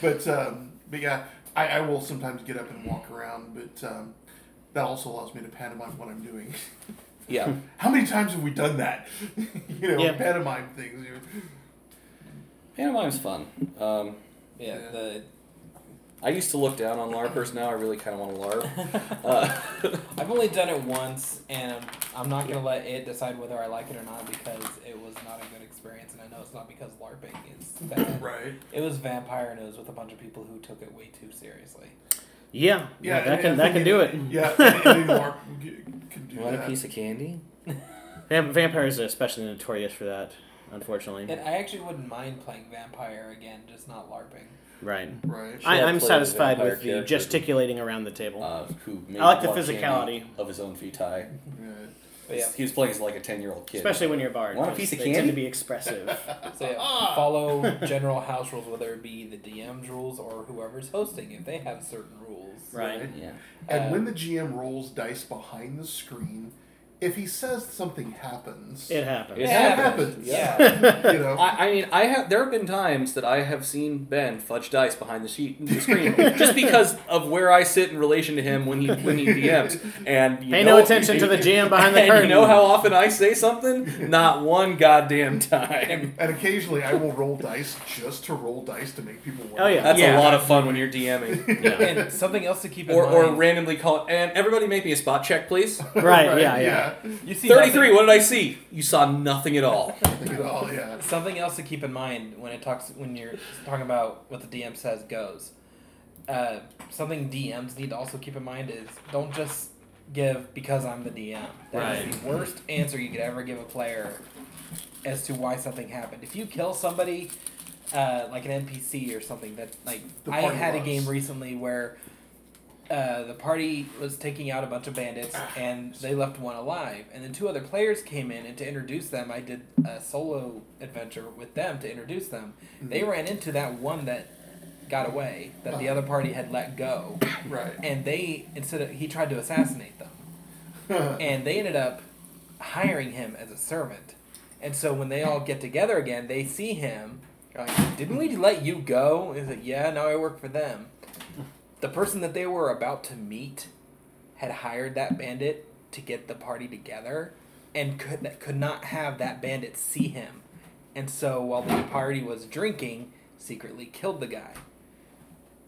but um, but yeah, I, I will sometimes get up and walk around, but um, that also allows me to pantomime what I'm doing. Yeah, How many times have we done that? [LAUGHS] you know, Yeah. pantomime things. you know. pantomime's fun. Um, Yeah. Yeah. [LAUGHS] The, [LAUGHS] I used to look down on larpers. Now I really kind of want to larp. Uh, [LAUGHS] I've only done it once, and I'm not gonna let it decide whether I like it or not because it was not a good experience, and I know it's not because LARPing is [COUGHS] bad. Right. It was vampire, and it was with a bunch of people who took it way too seriously. Yeah, Yeah, yeah, that and- can and that thinking- can do it. Yeah. and- and Mark can do want a that. piece of candy? [LAUGHS] Vamp- vampires are especially notorious for that, unfortunately. And I actually wouldn't mind playing vampire again, just not LARPing. Right. Right. Sure, I, I'll I'm play the satisfied vampire with the character. gesticulating around the table. Uh, who made I like the blood candy physicality. of his own vitae. Right. But yeah, He was playing as like a ten year old kid. Especially when you're a bard. Want a 'cause piece of they candy? tend to be expressive. [LAUGHS] so [LAUGHS] yeah, follow Ah! [LAUGHS] general house rules, whether it be the DM's rules or whoever's hosting, if they have certain rules. right. yeah. And Uh, when the GM rolls dice behind the screen, if he says something happens, It happens. It Yeah, it happens. happens. Yeah. you know, I, I mean, I have. There have been times that I have seen Ben fudge dice behind the sheet, the [LAUGHS] screen, just because of where I sit in relation to him when he when he DMs. And you Pay know, no attention to the GM behind the and [LAUGHS] curtain. You know how often I say something? Not one goddamn time. and occasionally I will roll dice just to roll dice to make people. Laugh. Oh, yeah. That's [LAUGHS] a lot of fun when you're DMing, Yeah. [LAUGHS] And something else to keep in or mind. or randomly call. And everybody, make me a spot check, please. Right, yeah, yeah. you see Thirty nothing- three. What did I see? You saw nothing at all. Think it all, yeah. Something else to keep in mind when it talks when you're talking about what the DM says goes. Uh, something DMs need to also keep in mind is don't just give because I'm the DM. That is the worst answer you could ever give a player as to why something happened. If you kill somebody, uh, like an NPC or something, that like The I party had a loves. game recently where uh, the party was taking out a bunch of bandits and they left one alive and then two other players came in and to introduce them i did a solo adventure with them to introduce them they ran into that one that got away that the other party had let go Right. [LAUGHS] and they instead of he tried to assassinate them and they ended up hiring him as a servant and so when they all get together again they see him they're like, didn't we let you go is like, yeah now i work for them the person that they were about to meet had hired that bandit to get the party together and could could not have that bandit see him and so while the party was drinking secretly killed the guy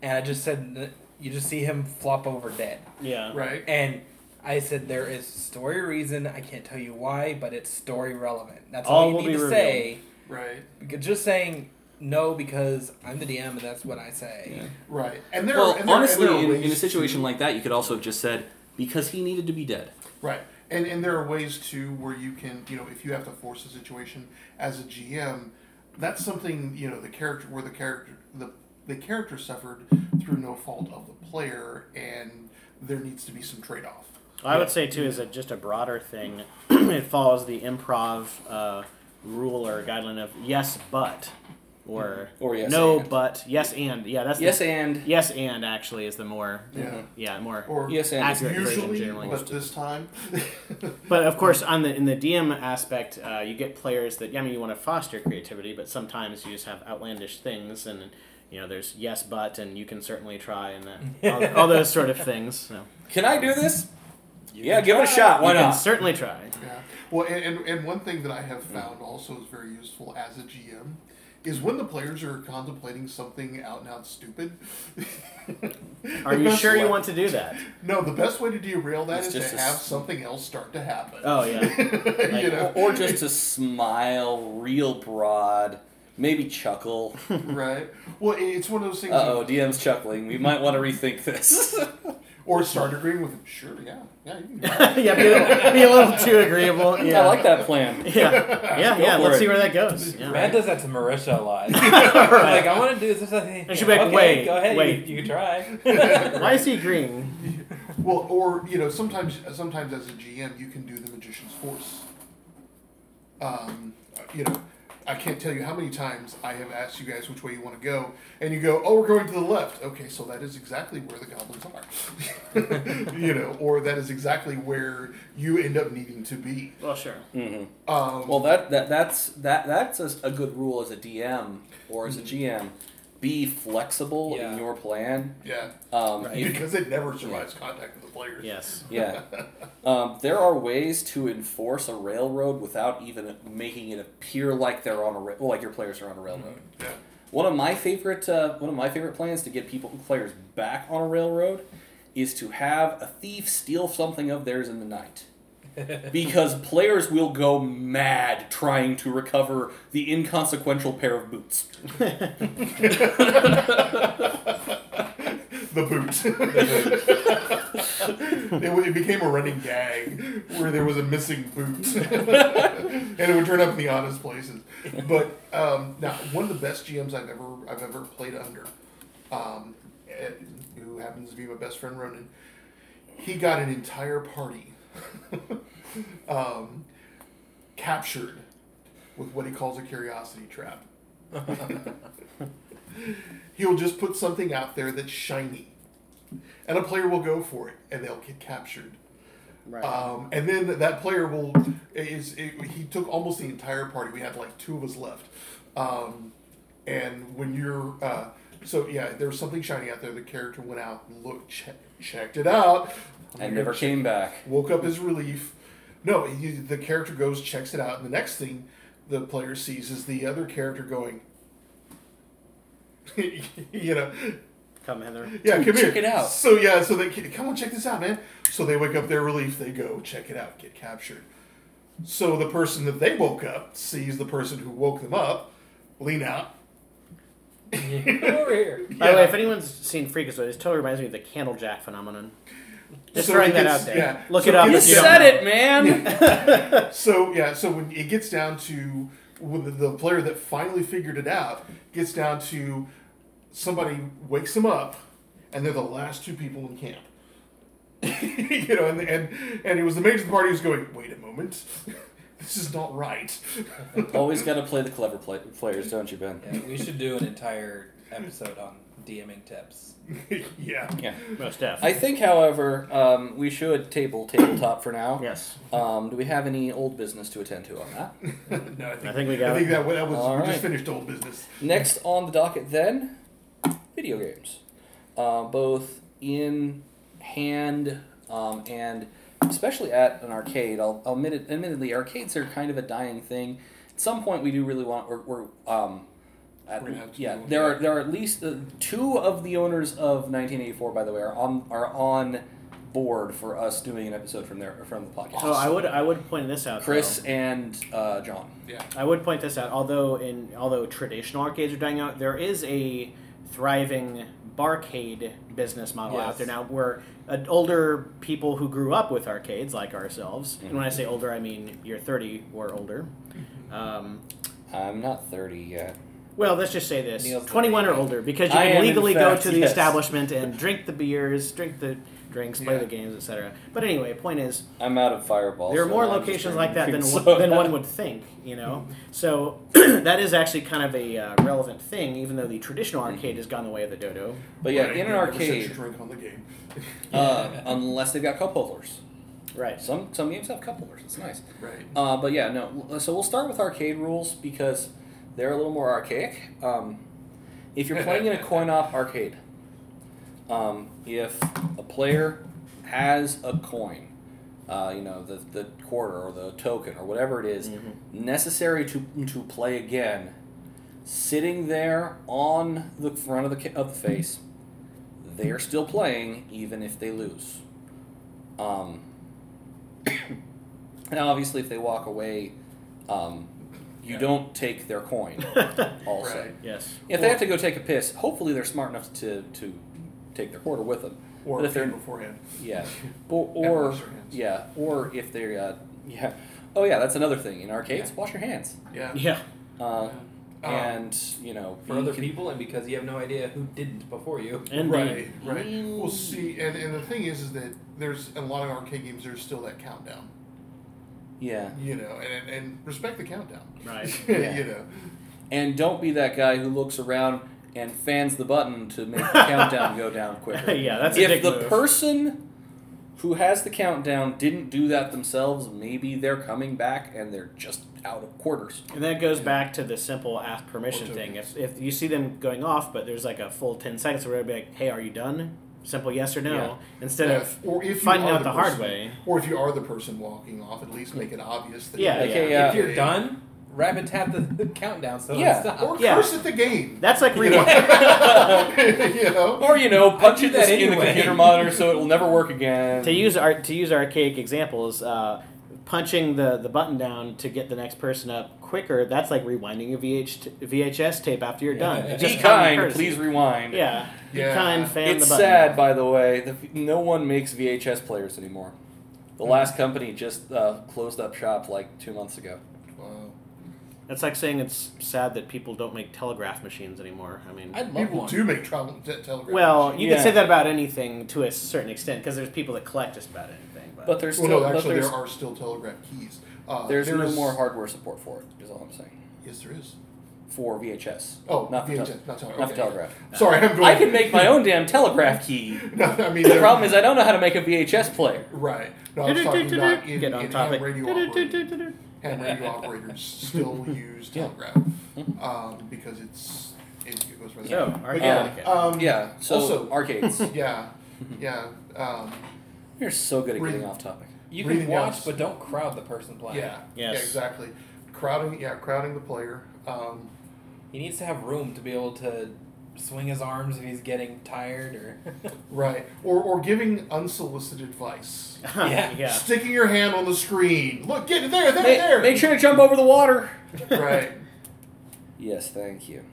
and i just said that- you just see him flop over dead Yeah. Right. and I said there is story reason. I can't tell you why, but it's story relevant. That's all, All you will need be to revealed. say. Right. Because Just saying no because I'm the DM and that's what I say. Yeah. Right. And there. well, and there, honestly, and there are in, in a ways situation to, like that, you could also have just said because he needed to be dead. Right. And and there are ways too where you can you know if you have to force a situation as a GM, that's something you know the character where the character the the character suffered through no fault of the player, and there needs to be some trade off. Well, I would say too is that just a broader thing. [CLEARS THROAT] it follows the improv uh, rule or guideline of yes but, or Or yes no and. but yes and yeah that's Yes the, and yes and actually is the more Yeah. yeah more Or yes and. Accurate. version usually, generally but used this time. [LAUGHS] But of course, on the in the DM aspect, uh, you get players that I mean, you want to foster creativity, but sometimes you just have outlandish things, and you know, there's yes, but, and you can certainly try, and that, all, all those sort of things. So Can I do this? yeah, give it a shot. Why you can not? certainly try. Yeah. Well, and, and, and one thing that I have found also is very useful as a GM is when the players are contemplating something out and out stupid. [LAUGHS] Are you sure you want to [LAUGHS] do that? No, the best way to derail that It's is just to a have s- something else start to happen. Oh, [LAUGHS] yeah. you Like, know? Or or just to smile real broad, maybe chuckle. right. Well, i- it's one of those things. Uh oh, DM's chuckling. We might want to rethink this. Or start agreeing with them. Sure. Yeah. Yeah. You can do that. [LAUGHS] yeah, be a, little, be a little too agreeable. Yeah, [LAUGHS] I like that plan. Yeah, yeah, Go yeah. for Let's it. see where [LAUGHS] that goes. Yeah. Matt does that to Marisha a lot. Like I want to do this. this And she'll be like, "Wait, go ahead, wait." You, you can try." [LAUGHS] [LAUGHS] Why is he green? Well, or you know, sometimes sometimes as a GM, you can do the magician's force. Um, you know, I can't tell you how many times I have asked you guys which way you want to go, and you go, "Oh, we're going to the left." Okay, so that is exactly where the goblins are. [LAUGHS] you know, or that is exactly where you end up needing to be. Well, sure. hmm Um, Well, that, that that's that that's a, a good rule as a DM or as a GM. Be flexible Yeah. in your plan. yeah, Um, Right. you- because it never survives contact with the players. Yes. yeah. Um, there are ways to enforce a railroad without even making it appear like they're on a ra- well, like your players are on a railroad. Yeah. One of my favorite uh, one of my favorite plans to get people players back on a railroad is to have a thief steal something of theirs in the night. because players will go mad trying to recover the inconsequential pair of boots. [LAUGHS] The boot. it, wa- it became a running gag where there was a missing boot, and it would turn up in the oddest places. But um, now, one of the best GMs I've ever I've ever played under, um, eh, who happens to be my best friend Ronan, he got an entire party [LAUGHS] um, captured with what he calls a curiosity trap. He'll just put something out there that's shiny, and a player will go for it, and they'll get captured. Right. Um, and then that player will is it, he took almost the entire party. We had like two of us left. Um, and when you're uh, so yeah, there was something shiny out there. The character went out, and looked, che- checked it out, And never came back. woke up his relief. No, he, the character goes, checks it out, and the next thing the player sees is the other character going, [LAUGHS] you know, Come hither. yeah, Dude, come here. check it out. So yeah, so they come on, check this out, man. So they wake up their relief. They go check it out, get captured. So the person that they woke up sees the person who woke them up, lean out. Come over here. By the way, Yeah. if anyone's seen Freakazoid, this totally reminds me of the Candlejack phenomenon. Just So throwing it that gets- out there. yeah. Look So it up. it You if you gets- don't said know. it, man! So yeah, so when it gets down to when the, the player that finally figured it out gets down to somebody wakes them up, and they're the last two people in camp. [LAUGHS] you know, and, and and it was the mage of the party who's going, wait a moment, [LAUGHS] this is not right. [LAUGHS] Always got to play the clever play- players, don't you, Ben? [LAUGHS] Yeah, we should do an entire episode on DMing tips. yeah. Yeah. Most def. I think, however, um, we should table tabletop for now. yes. Um, do we have any old business to attend to on that? no, I think, I think we got I think that, that was All we right. just finished old business. Next on the docket, then, video games, uh, both in hand um, and especially at an arcade. I'll, I'll admit it, admittedly, arcades are kind of a dying thing. At some point, we do really want. We're, we're um, at, We're gonna have to yeah. do one. There are there are at least uh, two of the owners of 1984, by the way, are on are on board for us doing an episode from their from the podcast. Oh, I would I would point this out. Chris though. and uh, John. Yeah. I would point this out. Although in although traditional arcades are dying out, there is a thriving barcade business model out Yes. there now, where uh, older people who grew up with arcades like ourselves, and when I say older, I mean you're thirty or older. Um, I'm not 30 yet. Well, let's just say this: Neil's the twenty-one or baby. older, because you I am, can in legally fact, go to the yes. establishment and drink the beers, drink the drinks, play Yeah. the games, etc. But anyway, point is, I'm out of fireballs. there are so more I'm just locations drinking [LAUGHS] like that than cream one, soda. than one would think, you know. Mm-hmm. So [CLEARS THROAT] that is actually kind of a uh, relevant thing, even though the traditional Mm-hmm. arcade has gone the way of the dodo. But yeah, Right, in an you never set your arcade, drink on the game. [LAUGHS] uh, unless they've got cup holders. Right. [LAUGHS] Some some games have cup holders. It's nice. Right. Uh, but yeah, no. So we'll start with arcade rules because they're a little more archaic. Um, if you're playing in a coin op arcade, um, if a player has a coin, uh, you know the, the quarter or the token or whatever it is necessary to to play again, sitting there on the front of the ca- of the face, they are still playing even if they lose. Um, [COUGHS] now, obviously, if they walk away, um, you Yeah. don't take their [LAUGHS] coin. Also, Right. [LAUGHS] yes. if they have to go take a piss, hopefully they're smart enough to to take their quarter with them. Or But if if they're- beforehand. [LAUGHS] Yeah, or, And or wash your hands. yeah, or if they're uh, yeah. Oh yeah, that's another thing in arcades. Wash your hands. Yeah. Yeah. Uh, Yeah. and you know for you other can- people and because you have no idea who didn't before you. And Right, right. Mm. Well, see, and, and the thing is, is that there's in a lot of arcade games. There's still that countdown, Yeah, you know, and and, and respect the countdown, [LAUGHS] Right. Yeah. you know, and don't be that guy who looks around and fans the button to make the countdown [LAUGHS] go down quicker. yeah, that's a if dick the move. person who has the countdown didn't do that themselves, maybe they're coming back and they're just out of quarters. and that goes back to the simple ask permission Or thing. If, if you see them going off, but there's like a full ten seconds where they'll be like, "Hey, are you done?" Simple yes or no, Yeah. instead Yeah, of or if you finding are out the, hard person- way. or if you are the person walking off, at least make it obvious that Yeah, Like, yeah. hey, uh, If you're done, rapid tap the, the countdown so Yeah, it stops. or Yeah. curse at the game, That's like you reading. know, [LAUGHS] you know? [LAUGHS] Or you [LAUGHS] know, punch do it this that in the anyway. computer monitor so it will never work again. to use our to use archaic examples, uh, punching the, the button down to get the next person up quicker. That's like rewinding a VH t- VHS tape after you're done. Yeah. It be just kind, comes courtesy. please rewind. Yeah, be Yeah. kind, fan it's the button. sad, by the way. that no one makes VHS players anymore. Hmm. The last company just uh, closed up shop like two months ago. Wow. It's like saying it's sad that people don't make telegraph machines anymore. I mean, I'd love People one. do make trouble. Te- telegraph well, machines. you Yeah. can say that about anything to a certain extent because there's people that collect just about anything. But, But there's well, still no, but actually, there's, there are still telegraph keys. Uh, there's there no is- more hardware support for it. Is all I'm saying Yes, there is. for VHS. Oh, not for VHS, tele- not not telegraph. for okay. [LAUGHS] telegraph. Sorry, I'm going. I can make my own damn telegraph [LAUGHS] key. no, I mean, The problem is I don't know how to make a VHS player. Right. No, I was talking [LAUGHS] about in, Get on in topic. ham [LAUGHS] radio operators. Ham radio operators [LAUGHS] still use Yeah. telegraph um, because it's it, it goes right Oh, there. But archaic. yeah, um, Yeah. So Also- arcades. [LAUGHS] yeah, yeah, um, You're so good at Re- getting off topic. You can Breathing watch, gas. but don't crowd the person yeah, playing. yeah, Yes. exactly. Crowding, yeah, crowding the player. Um, He needs to have room to be able to swing his arms if he's getting tired or. [LAUGHS] right, or or giving unsolicited advice. Yeah. yeah. Sticking your hand on the screen. Look, get it there, there, Make, there. make sure to jump over the water. [LAUGHS] Right. Yes, thank you.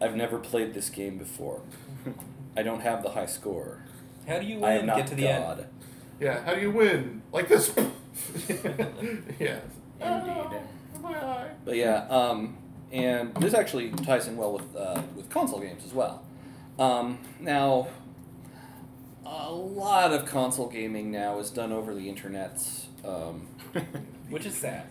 I've never played this game [LAUGHS] before. I don't have the high score. How do you I win? am not Get to the end. God. Yeah. How do you win? Like this. [LAUGHS] yeah. Indeed. Oh, my eye. But yeah, um, and this actually ties in well with uh, with console games as well. Um, now, a lot of console gaming now is done over the internet, um, Which is sad.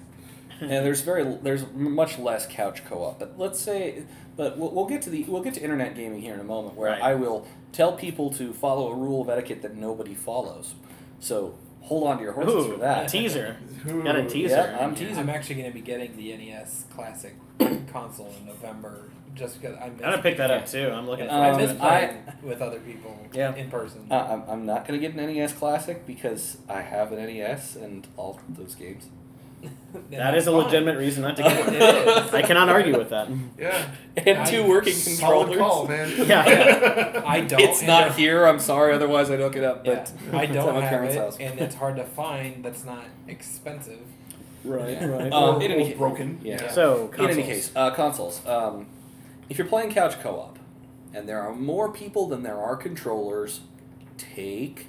Hmm. and there's very there's much less couch co-op. But let's say, but we'll, we'll get to the we'll get to internet gaming here in a moment, where Right. I will tell people to follow a rule of etiquette that nobody follows. So hold on to your horses Ooh, for that. teaser. Ooh. Got a teaser. Yeah, I'm teasing. I'm actually going to be getting the NES Classic console in November just because I miss. I'm gonna pick that up too. I'm looking. Yeah, Um, I forward to miss I- it. playing with other people Yeah. in person. Uh, [LAUGHS] I'm, E I'm not going to get an NES Classic because I have an NES and all those games. [LAUGHS] that is a fine. legitimate reason not to get It one. is. I cannot argue with that. Yeah. and two working Solid controllers. call, [LAUGHS] man. Yeah. I don't. It's and not they're- here. I'm sorry. Otherwise, I'd hook it up. Yeah, But [LAUGHS] I it's at don't my have parents' it, house. and it's hard to find. That's not expensive. [LAUGHS] Right, Yeah. right. Um, or, in any or case- broken. Yeah. Yeah. So In any consoles. case, uh, consoles. Um, if you're playing couch co-op, and there are more people than there are controllers, take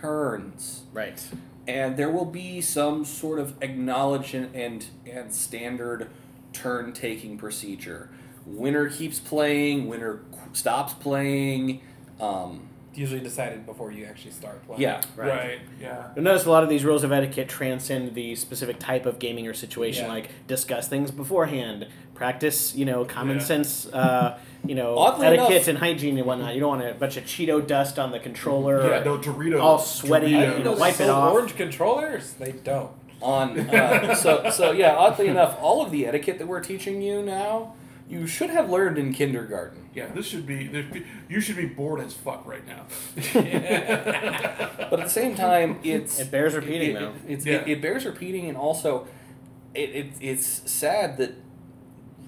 turns, right? and there will be some sort of acknowledgement and and standard turn taking procedure. Winner keeps playing. Winner qu- stops playing. Um, It's Usually decided before you actually start playing. yeah. Right. Yeah. You'll notice a lot of these rules of etiquette transcend the specific type of gaming or situation. Yeah. Like discuss things beforehand, practice, you know, common Yeah. sense, uh, you know, Oddly etiquette enough- and hygiene and whatnot. You don't want a bunch of Cheeto dust on the controller. Yeah, or- no, Doritos. Er, all sweaty, I Yeah, didn't you know know, they wipe it sold off. Orange controllers. They don't. on uh, so so yeah oddly enough all of the etiquette that we're teaching you now you should have learned in kindergarten Yeah, this should be. this- You should be bored as fuck right now. [LAUGHS] but at the same time it's It bears repeating, it, it- though. it's, Yeah. it, it bears repeating and also it, it it's sad that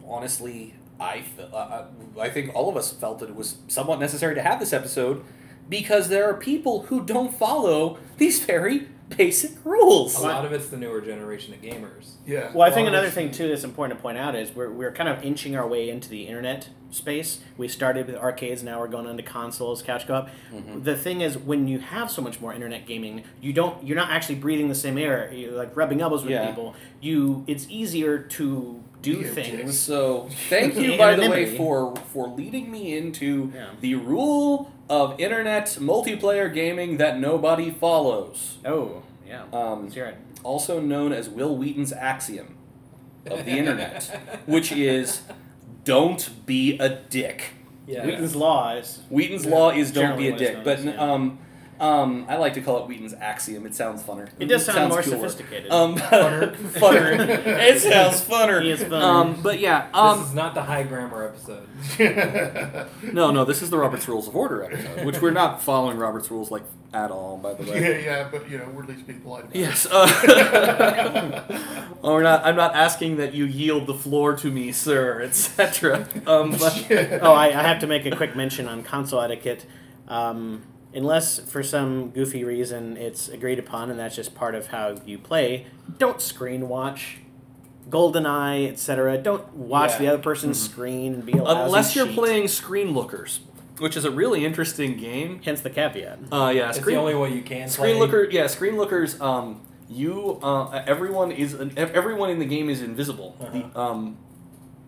honestly I, fe- uh, I think all of us felt that it was somewhat necessary to have this episode because there are people who don't follow these very basic rules Oh, A lot of it's the newer generation of gamers. Yeah. Well, I think Well, another it's- thing too that's important to point out is we're, we're kind of inching our way into the internet space. We started with arcades, now we're going into consoles, couch co-op. The thing is, when you have so much more internet gaming, you don't you're not actually breathing the same air. You're like rubbing elbows with Yeah. people. You it's easier to do Be a And things. So thank you, [LAUGHS] Yeah, by the way, anonymity. for for leading me into Yeah. the rule of internet multiplayer gaming that nobody follows, Oh yeah, um, let's hear it. also known as Will Wheaton's axiom of the [LAUGHS] internet, which is don't be a dick. [LAUGHS] Yeah. Wheaton's law is Wheaton's Yeah, law is don't generally be a what it's dick, known but as, yeah. um, um, I like to call it Wheaton's axiom. It sounds funner. it does sound Sounds more cooler. sophisticated. Um, [LAUGHS] Funner. [LAUGHS] funner. It sounds funner. He is funner. Um, but yeah. Um, this is not the high grammar episode. [LAUGHS] No, no, this is the Robert's Rules of Order episode, which we're not following Robert's rules like at all, by the way. yeah, [LAUGHS] yeah, but you know, we're at least being polite. About [LAUGHS] Yes. [LAUGHS] Uh, [LAUGHS] well, we're not. I'm not asking that you yield the floor to me, sir, [LAUGHS] etc. Um, [LAUGHS] but it. oh, I, I have to make a quick mention on console etiquette. Um, unless for some goofy reason it's agreed upon, and that's just part of how you play, don't screen watch. GoldenEye, etc. Don't watch Yeah. the other person's screen and be a lousy Mm-hmm. unless you're sheet. playing Screen Lookers, which is a really interesting game. Hence the caveat. Uh, yeah, It's Screen, the only way you can screen play. Looker. Yeah, Screen Lookers. Um, you. Uh, everyone is. ev- Everyone in the game is invisible. Uh-huh. The, um,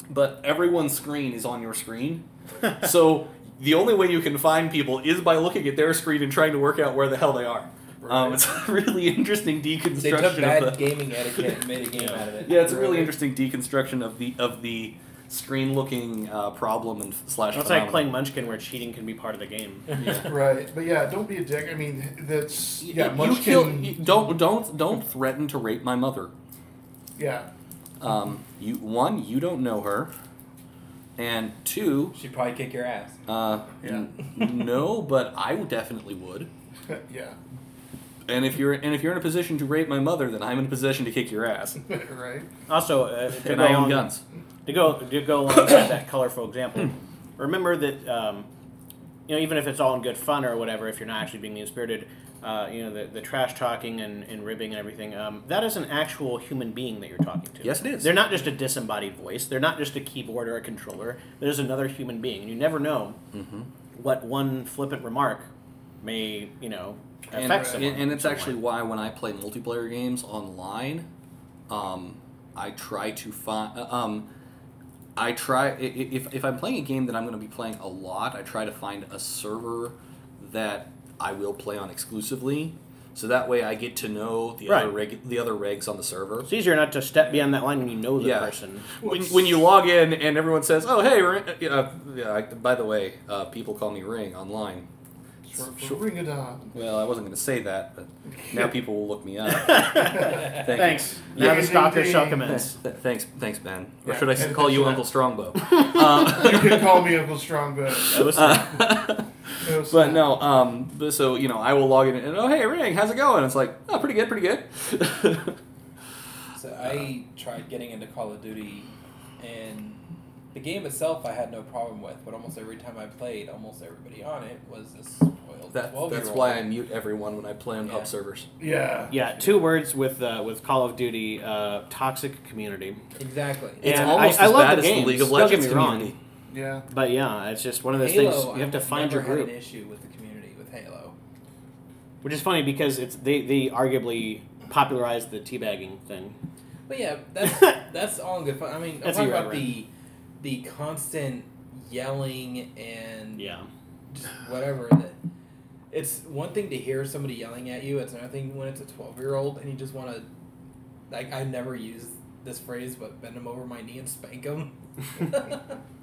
but everyone's screen is on your screen. [LAUGHS] so the only way you can find people is by looking at their screen and trying to work out where the hell they are. Um, it's a really interesting deconstruction They took bad of the. gaming etiquette and made a game out of it. [LAUGHS] Yeah, it's a really interesting deconstruction of the of the screen looking uh, problem and slash. That's like phenomenon. playing Munchkin, where cheating can be part of the game. right, but yeah, don't be a dick. I mean, that's Y- yeah, y- Munchkin. You kill, y- don't don't don't threaten to rape my mother. yeah, [LAUGHS] Um, you one you don't know her, and two, She'd probably kick your ass. uh, Yeah. n- no, but I would definitely would. yeah, [LAUGHS] And if you're and if you're in a position to rape my mother, then I'm in a position to kick your ass. right. Also, uh, to and go I own on- guns. To go to go along with [COUGHS] that colorful example, Hmm. remember that um, you know even if it's all in good fun or whatever, if you're not actually being mean spirited, uh, you know the, the trash talking and, and ribbing and everything, um, that is an actual human being that you're talking to. Yes, it is. They're not just a disembodied voice. They're not just a keyboard or a controller. There's another human being, and you never know Mm-hmm. what one flippant remark may you know And, affect and, someone. and it's in some way. actually why when I play multiplayer games online, um, I try to find. Um, I try i- i- if if I'm playing a game that I'm going to be playing a lot, I try to find a server that I will play on exclusively, so that way I get to know the other reg, the other regs on the server. it's easier not to step beyond that line when you know the Yeah. [LAUGHS] person. [LAUGHS] When, when you log in and everyone says, "Oh, hey, Ring," uh, yeah, I- by the way, uh, people call me Ring online." Short for Sure. ring a [LAUGHS] dong. Well, I wasn't going to say that, but now people will look me up. Thank you. Thanks. Yeah. Now the stalker shall Ding, ding, [LAUGHS] ding. commence. Th- Thanks, thanks, Ben. Or Yeah, should I s- and- call you and- Uncle [LAUGHS] Strongbow? You can call me Uncle Strongbow. That was- Uh, [LAUGHS] No, but no, um, but so you know, [LAUGHS] I will log in and oh hey, Ring, how's it going? It's like oh, pretty good, pretty good. So I tried getting into Call of Duty, and the game itself I had no problem with, but almost every time I played, almost everybody on it was this spoiled That, twelve year old. that's why I mute everyone when I play on Yeah. hub servers. Yeah. Yeah, two words with uh, with Call of Duty: uh, toxic community. exactly. It's And almost I, I as love bad the as the games, League of don't get Legends me wrong, community. Yeah. But yeah, it's just one of those Halo, things you have to I've find your never group, Had an issue with the community with Halo. which is funny because it's they they arguably popularized the teabagging thing. [LAUGHS] But yeah, that's that's all in good fun. I mean, I'm That's talking a year about I ran. the the constant yelling and Yeah, just whatever that it's one thing to hear somebody yelling at you it's another thing when it's a 12 year old and you just want to like i never use this phrase but bend them over my knee and spank [LAUGHS] them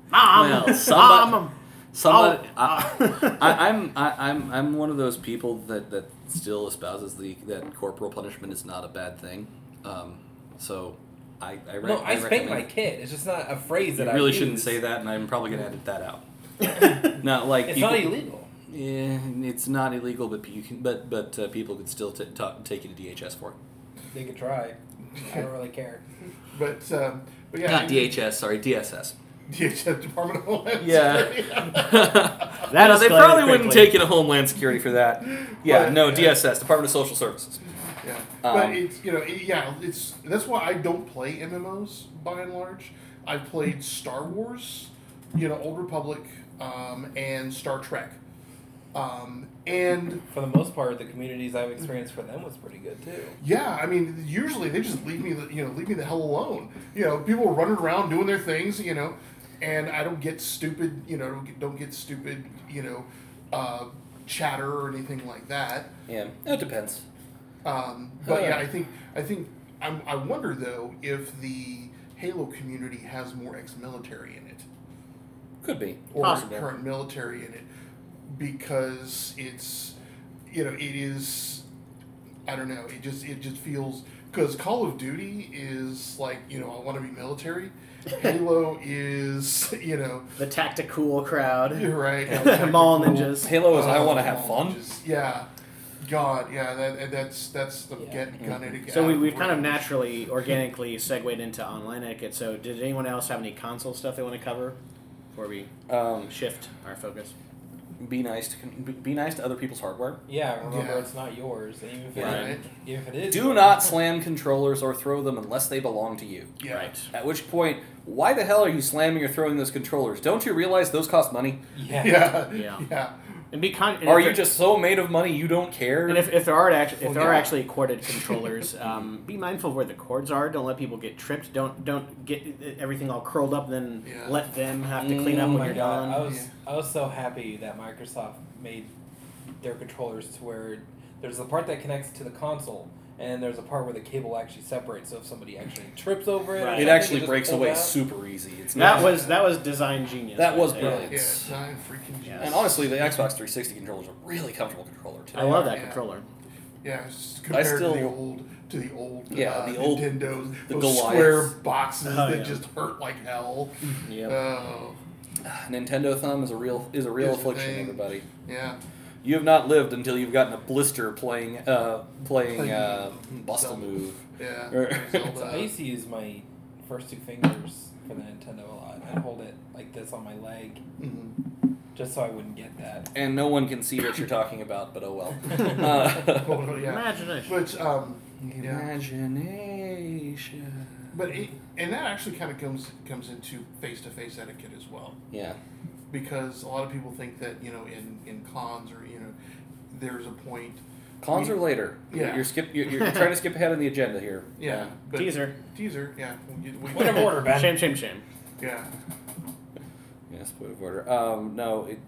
mom, Well, somebody- mom, Somebody, oh, I, oh. [LAUGHS] I, I'm I, I'm I'm one of those people that that still espouses the that corporal punishment is not a bad thing. Um, so I I, re- no i, spank recommend- my kid it's just not a phrase You that really I shouldn't use. say that, and I'm probably gonna edit that out. no, like it's you not can- illegal Yeah, it's not illegal, but you can but but uh, people could still t- ta- take you to DHS for it. they could try i don't really care But um, but yeah. [LAUGHS] not DHS, sorry, DSS. DHS Department of Homeland [LAUGHS] Yeah. Security. [LAUGHS] [LAUGHS] that That they escalated probably wouldn't quickly. take you to Homeland Security for that. Yeah, But- no, DSS, Department of Social Services. Yeah, Um, but it's you know it, yeah it's that's why I don't play MMOs by and large. I've played Star Wars, you know, Old Republic, um, and Star Trek, um, and for the most part the communities i've experienced for them was pretty good too yeah, I mean usually they just leave me the, you know leave me the hell alone. You know, people are running around doing their things, you know, and I don't get stupid, you know, don't get, don't get stupid, you know, uh, chatter or anything like that. Yeah, it depends. Um, but yeah, Huh. I think I think I'm, I wonder though if the Halo community has more ex-military in it Could be. or Possible. current military in it because it's you know it is I don't know it just it just feels because Call of Duty is like you know I want to be [LAUGHS] military. Halo is you know the tactical crowd, you're right. [LAUGHS] the mall ninjas. Halo is I Oh, want to have mall fun. ninjas. Yeah. God, yeah, that, that's that's the Yeah. get gun Mm-hmm. etiquette. So we, out we've kind of range. naturally, organically segued into online etiquette. So did anyone else have any console stuff they want to cover before we Um, shift our focus? be nice to con- be- be nice to other people's hardware. yeah remember Yeah. it's not yours and even if, Right. it, even if it is Do yours- not slam controllers or throw them unless they belong to you. Yeah. Right. At which point, why the hell are you slamming or throwing those controllers? Don't you realize those cost money? [LAUGHS] yeah, Yeah. Yeah. Yeah. And be con- and are you if there- just so made of money you don't care? And if, if there are actually if Well, there are yeah. actually corded controllers, [LAUGHS] um, be mindful of where the cords are. Don't let people get tripped. Don't don't get everything all curled up. Then Yeah. let them have to clean up Mm, when Oh my you're God, I done. was I was so happy that Microsoft made their controllers to where there's the part that connects to the console, and then there's a part where the cable actually separates. So if somebody actually trips over it, or Right. it something, actually just breaks pulls away out. super easy. It's That not- was that was design genius. That right was there. brilliant. Yeah, it's not freaking Yeah. And honestly, the Xbox 360 controllers are a really comfortable controller too. I love that Yeah. controller. Yeah, it's just compared still- to the old to the old Yeah, uh, the old- Nintendo's the those Goliaths. square boxes Oh, that yeah. just hurt like hell. [LAUGHS] Yep. Oh, Ah, Nintendo thumb is a real is a real Here's the affliction, thing. everybody. yeah. You have not lived until you've gotten a blister playing uh, playing Playing uh, Bustle Zelda. Move. Yeah. Or- [LAUGHS] So I Zelda. used to use my first two fingers for the Nintendo a lot. I'd hold it like this on my leg Mhm. just so I wouldn't get that. And no one can see what you're talking about, but oh [LAUGHS] well. [LAUGHS] Oh, Uh, no, yeah. Imagination. But um yeah. [LAUGHS] Imagination. But it, and that actually kind of comes comes into face to face etiquette as well. Yeah. Because a lot of people think that, you know, in, in cons or you know, there's a point Cons are later. Yeah. You're skip. You're, you're trying to skip ahead on the agenda here. [LAUGHS] yeah. But Teaser. Teaser, yeah. We, we, Whatever order, Ben. Shame, shame, shame. [LAUGHS] Yeah. Yes, point of order. Um, no, it,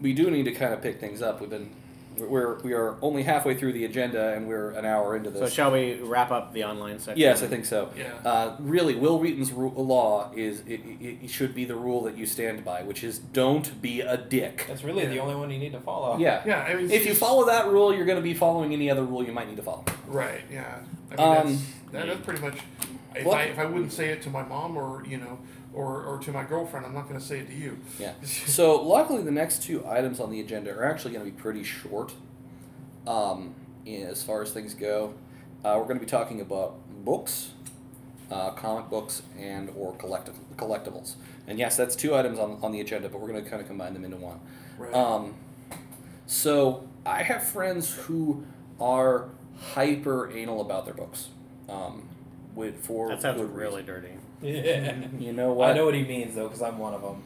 we do need to kind of pick things up. We've been, we're we are only halfway through the agenda, and we're an hour into So this. shall we wrap up the online section? yes, I think so. Yeah. Uh, really, Will Wheaton's ru- law is it, it, it should be the rule that you stand by, which is don't be a dick. That's really the Yeah. only one you need to follow. Yeah. Yeah, I mean, it's If you just- follow that rule, you're going to be following any other rule you might need to follow. right, yeah. I mean, Um, that's, that, that's pretty much. If What- I, if I wouldn't say it to my mom or you know or, or to my girlfriend, I'm not going to say it to you. Yeah. So luckily, the next two items on the agenda are actually going to be pretty short, um, in- as far as things go. Uh, we're going to be talking about books, uh, comic books, and or collect- collectibles. And yes, that's two items on, on the agenda, but we're going to kind of combine them into one. Right. Um, so I have friends who are hyper anal about their books. Um, with for That sounds good really [LAUGHS] reason. dirty. [LAUGHS] Yeah. You know what? I know what he means though, because I'm one of them.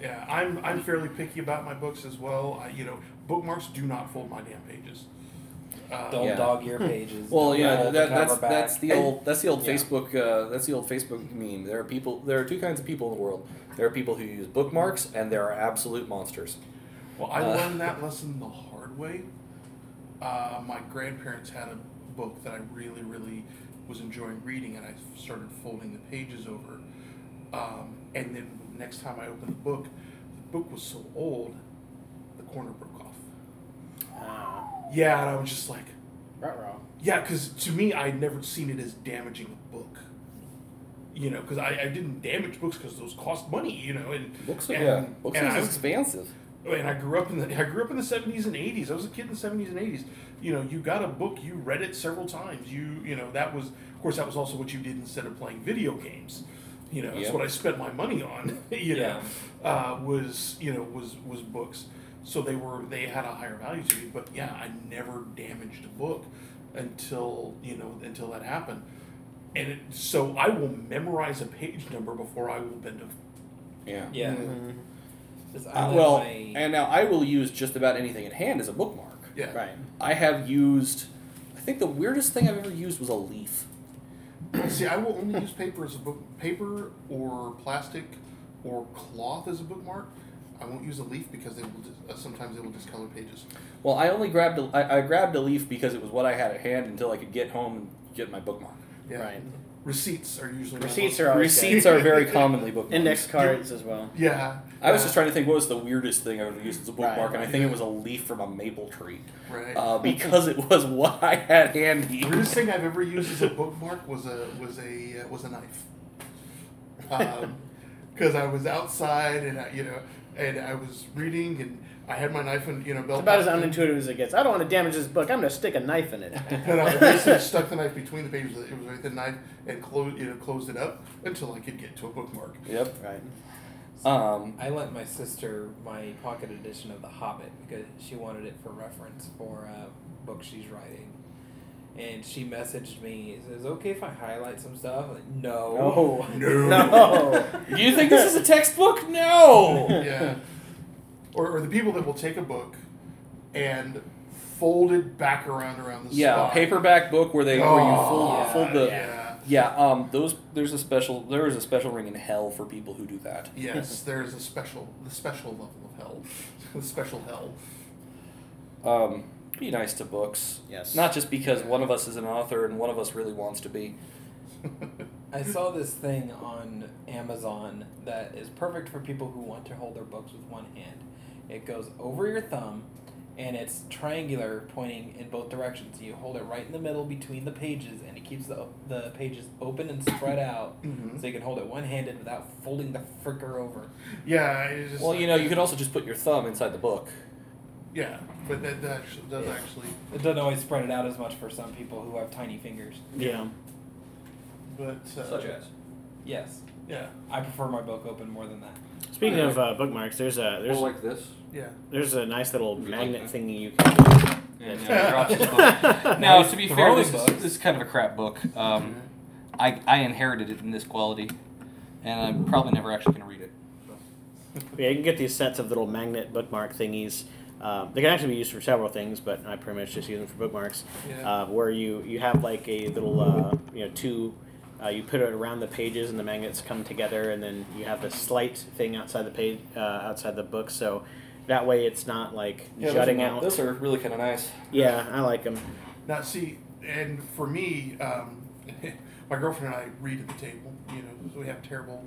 Yeah, I'm I'm fairly picky about my books as well. I, you know, bookmarks do not fold my damn pages. Uh, Don't Yeah. [LAUGHS] dog your pages. Well, Don't yeah, roll the that, cover that's back. that's the And- old that's the old Yeah. Facebook uh, that's the old Facebook meme. There are people. There are two kinds of people in the world. There are people who use bookmarks, and there are absolute monsters. Well, I Uh. learned that lesson the hard way. Uh, my grandparents had a book that I really, really was enjoying reading, and I started folding the pages over. Um, and then next time I opened the book, the book was so old, the corner broke off. Uh, Yeah, and I was just like, ruh-roh. yeah, because to me, I'd never seen it as damaging a book. You know, because I, I didn't damage books because those cost money. You know, and Books are and, yeah. Books and are I was- expansive. and I grew up in the I grew up in the seventies and eighties. I was a kid in the seventies and eighties. You know, you got a book, you read it several times. You you know that was of course that was also what you did instead of playing video games. You know, that's Yeah. what I spent my money on. [LAUGHS] You Yeah. know, uh, was you know was was books. So they were they had a higher value to me. But yeah, I never damaged a book until you know until that happened. And it, so I will memorize a page number before I will bend a. Yeah. yeah. Mhm. Just- I Uh, let Mm-hmm. well, my- and now I will use just about anything at hand as a bookmark. Yeah. Right. I have used. I think the weirdest thing I've ever used was a leaf. [CLEARS THROAT] See, I will only use paper as a book, paper or plastic or cloth as a bookmark. I won't use a leaf because they will dis- uh, sometimes they will discolor pages. Well, I only grabbed a, I, I grabbed a leaf because it was what I had at hand until I could get home and get my bookmark. Yeah. Right. Receipts are usually my Receipts most- are always good. Receipts are very commonly bookmarked. Index cards as well. Yeah. I was yeah, just trying to think what was the weirdest thing I would use as a bookmark, Right. and I think it was a leaf from a maple tree Right. uh, because it was [LAUGHS] what I had handy. the weirdest thing I've ever used as a bookmark was a was a uh, was a knife. [LAUGHS] Because I was outside and I, you know, and I was reading and I had my knife and you know belt. It's about as buckle. unintuitive as it gets. I don't want to damage this book. I'm going to stick a knife in [LAUGHS] it. And I [LAUGHS] basically stuck the knife between the pages. It was right the knife and closed, you know, closed it up until I could get to a bookmark. [LAUGHS] Yep. Right. Um, I lent my sister my pocket edition of The Hobbit because she wanted it for reference for a book she's writing. And she messaged me, is it okay if I highlight some stuff? I'm like, no. [LAUGHS] No. No. No. do you think this is a textbook? No. Oh, Yeah. Or, or the people that will take a book and fold it back around around [LAUGHS] the Yeah, spine. a paperback book where they where you fold, Oh, fold the yeah. yeah. Um, those there's a special there is a special ring in hell for people who do that. Yes, there's a special the special level of hell, [LAUGHS] the special hell. Um, be nice to books, Yes. not just because one of us is an author and one of us really wants to be. I saw this thing on Amazon that is perfect for people who want to hold their books with one hand. It goes over your thumb and it's triangular pointing in both directions. You hold it right in the middle between the pages and it keeps the, the pages open and spread out [COUGHS] Mm-hmm. Mhm. so you can hold it one handed without folding the fricker over. Yeah, it's just Well, like- you know, you could also just put your thumb inside the book. yeah, but that, that actually, does Yeah. actually. It doesn't always spread it out as much for some people who have tiny fingers. Yeah. But uh, Yes, yeah, I prefer my book open more than that. Speaking of uh, bookmarks, there's a there's Oh, like this. yeah. there's a nice little magnet thingy you And, can. yeah, it drops the [LAUGHS] book. Now, to be fair, this is, this is kind of a crap book. Um, I, I inherited it in this quality, and I'm probably never actually going to read it. Yeah, you can get these sets of little magnet bookmark thingies. Um, they can actually be used for several things, but I pretty much just use them for bookmarks. Yeah. Uh, where you you have like a little uh, you know two, uh, you put it around the pages and the magnets come together, and then you have a slight thing outside the page uh, outside the book, so that way it's not like jutting out. Those are really kind of [LAUGHS] nice. Yeah, I like them. Now, see, and for me, um, [LAUGHS] my girlfriend and I read at the table. You know, we have terrible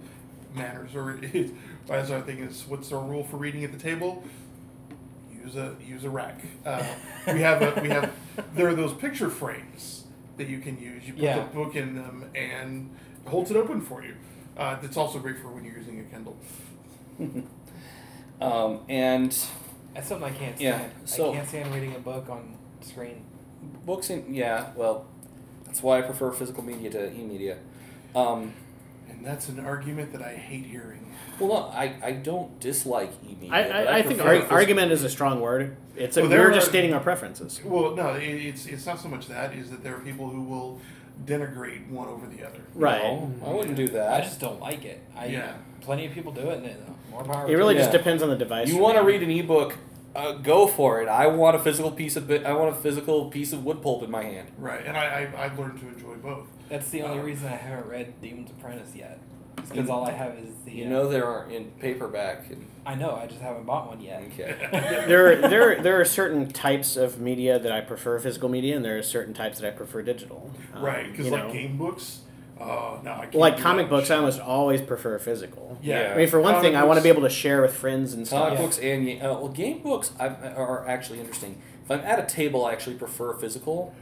manners, or it, as our thing is, what's our rule for reading at the table? Use a use a rack. Uh, we have a we have there are those picture frames that you can use. You put Yeah. the book in them and it holds it open for you. Uh, it's also great for when you're using a Kindle. Um, and That's something I can't Yeah, stand. so- I can't stand reading a book on screen. books in yeah, well, that's why I prefer physical media to e-media. Um, And that's an argument that I hate hearing. well, no, I, I don't dislike e-media. I, but I, I think prefer arg- physical- argument is a strong word. It's a, Well, there we're are- just stating our preferences. Well, no, it, it's it's not so much that is that there are people who will denigrate one over the other. Right. No, I wouldn't do I that. just don't like it. I, Yeah. Plenty of people do it, and it- more power. It really to just Yeah. depends on the device. You for want to me. read an ebook? Uh, go for it. I want a physical piece of bi- I want a physical piece of wood pulp in my hand. Right, and I, I I've learned to enjoy both. Uh, them. That's the only reason I haven't read Demon's Apprentice yet. Because all I have is the. You uh, know there are in paperback. And, I know. I just haven't bought one yet. [LAUGHS] okay. there, there, there are certain types of media that I prefer physical media, and there are certain types that I prefer digital. Um, right, because you like know. game books, uh, no, I can't like do comic that books, I shit. almost always prefer physical. yeah, I mean, for one Comic thing, I want to books- be able to share with friends and stuff. Comic books and ga- uh, well, game books I, uh, are actually interesting. If I'm at a table, I actually prefer physical.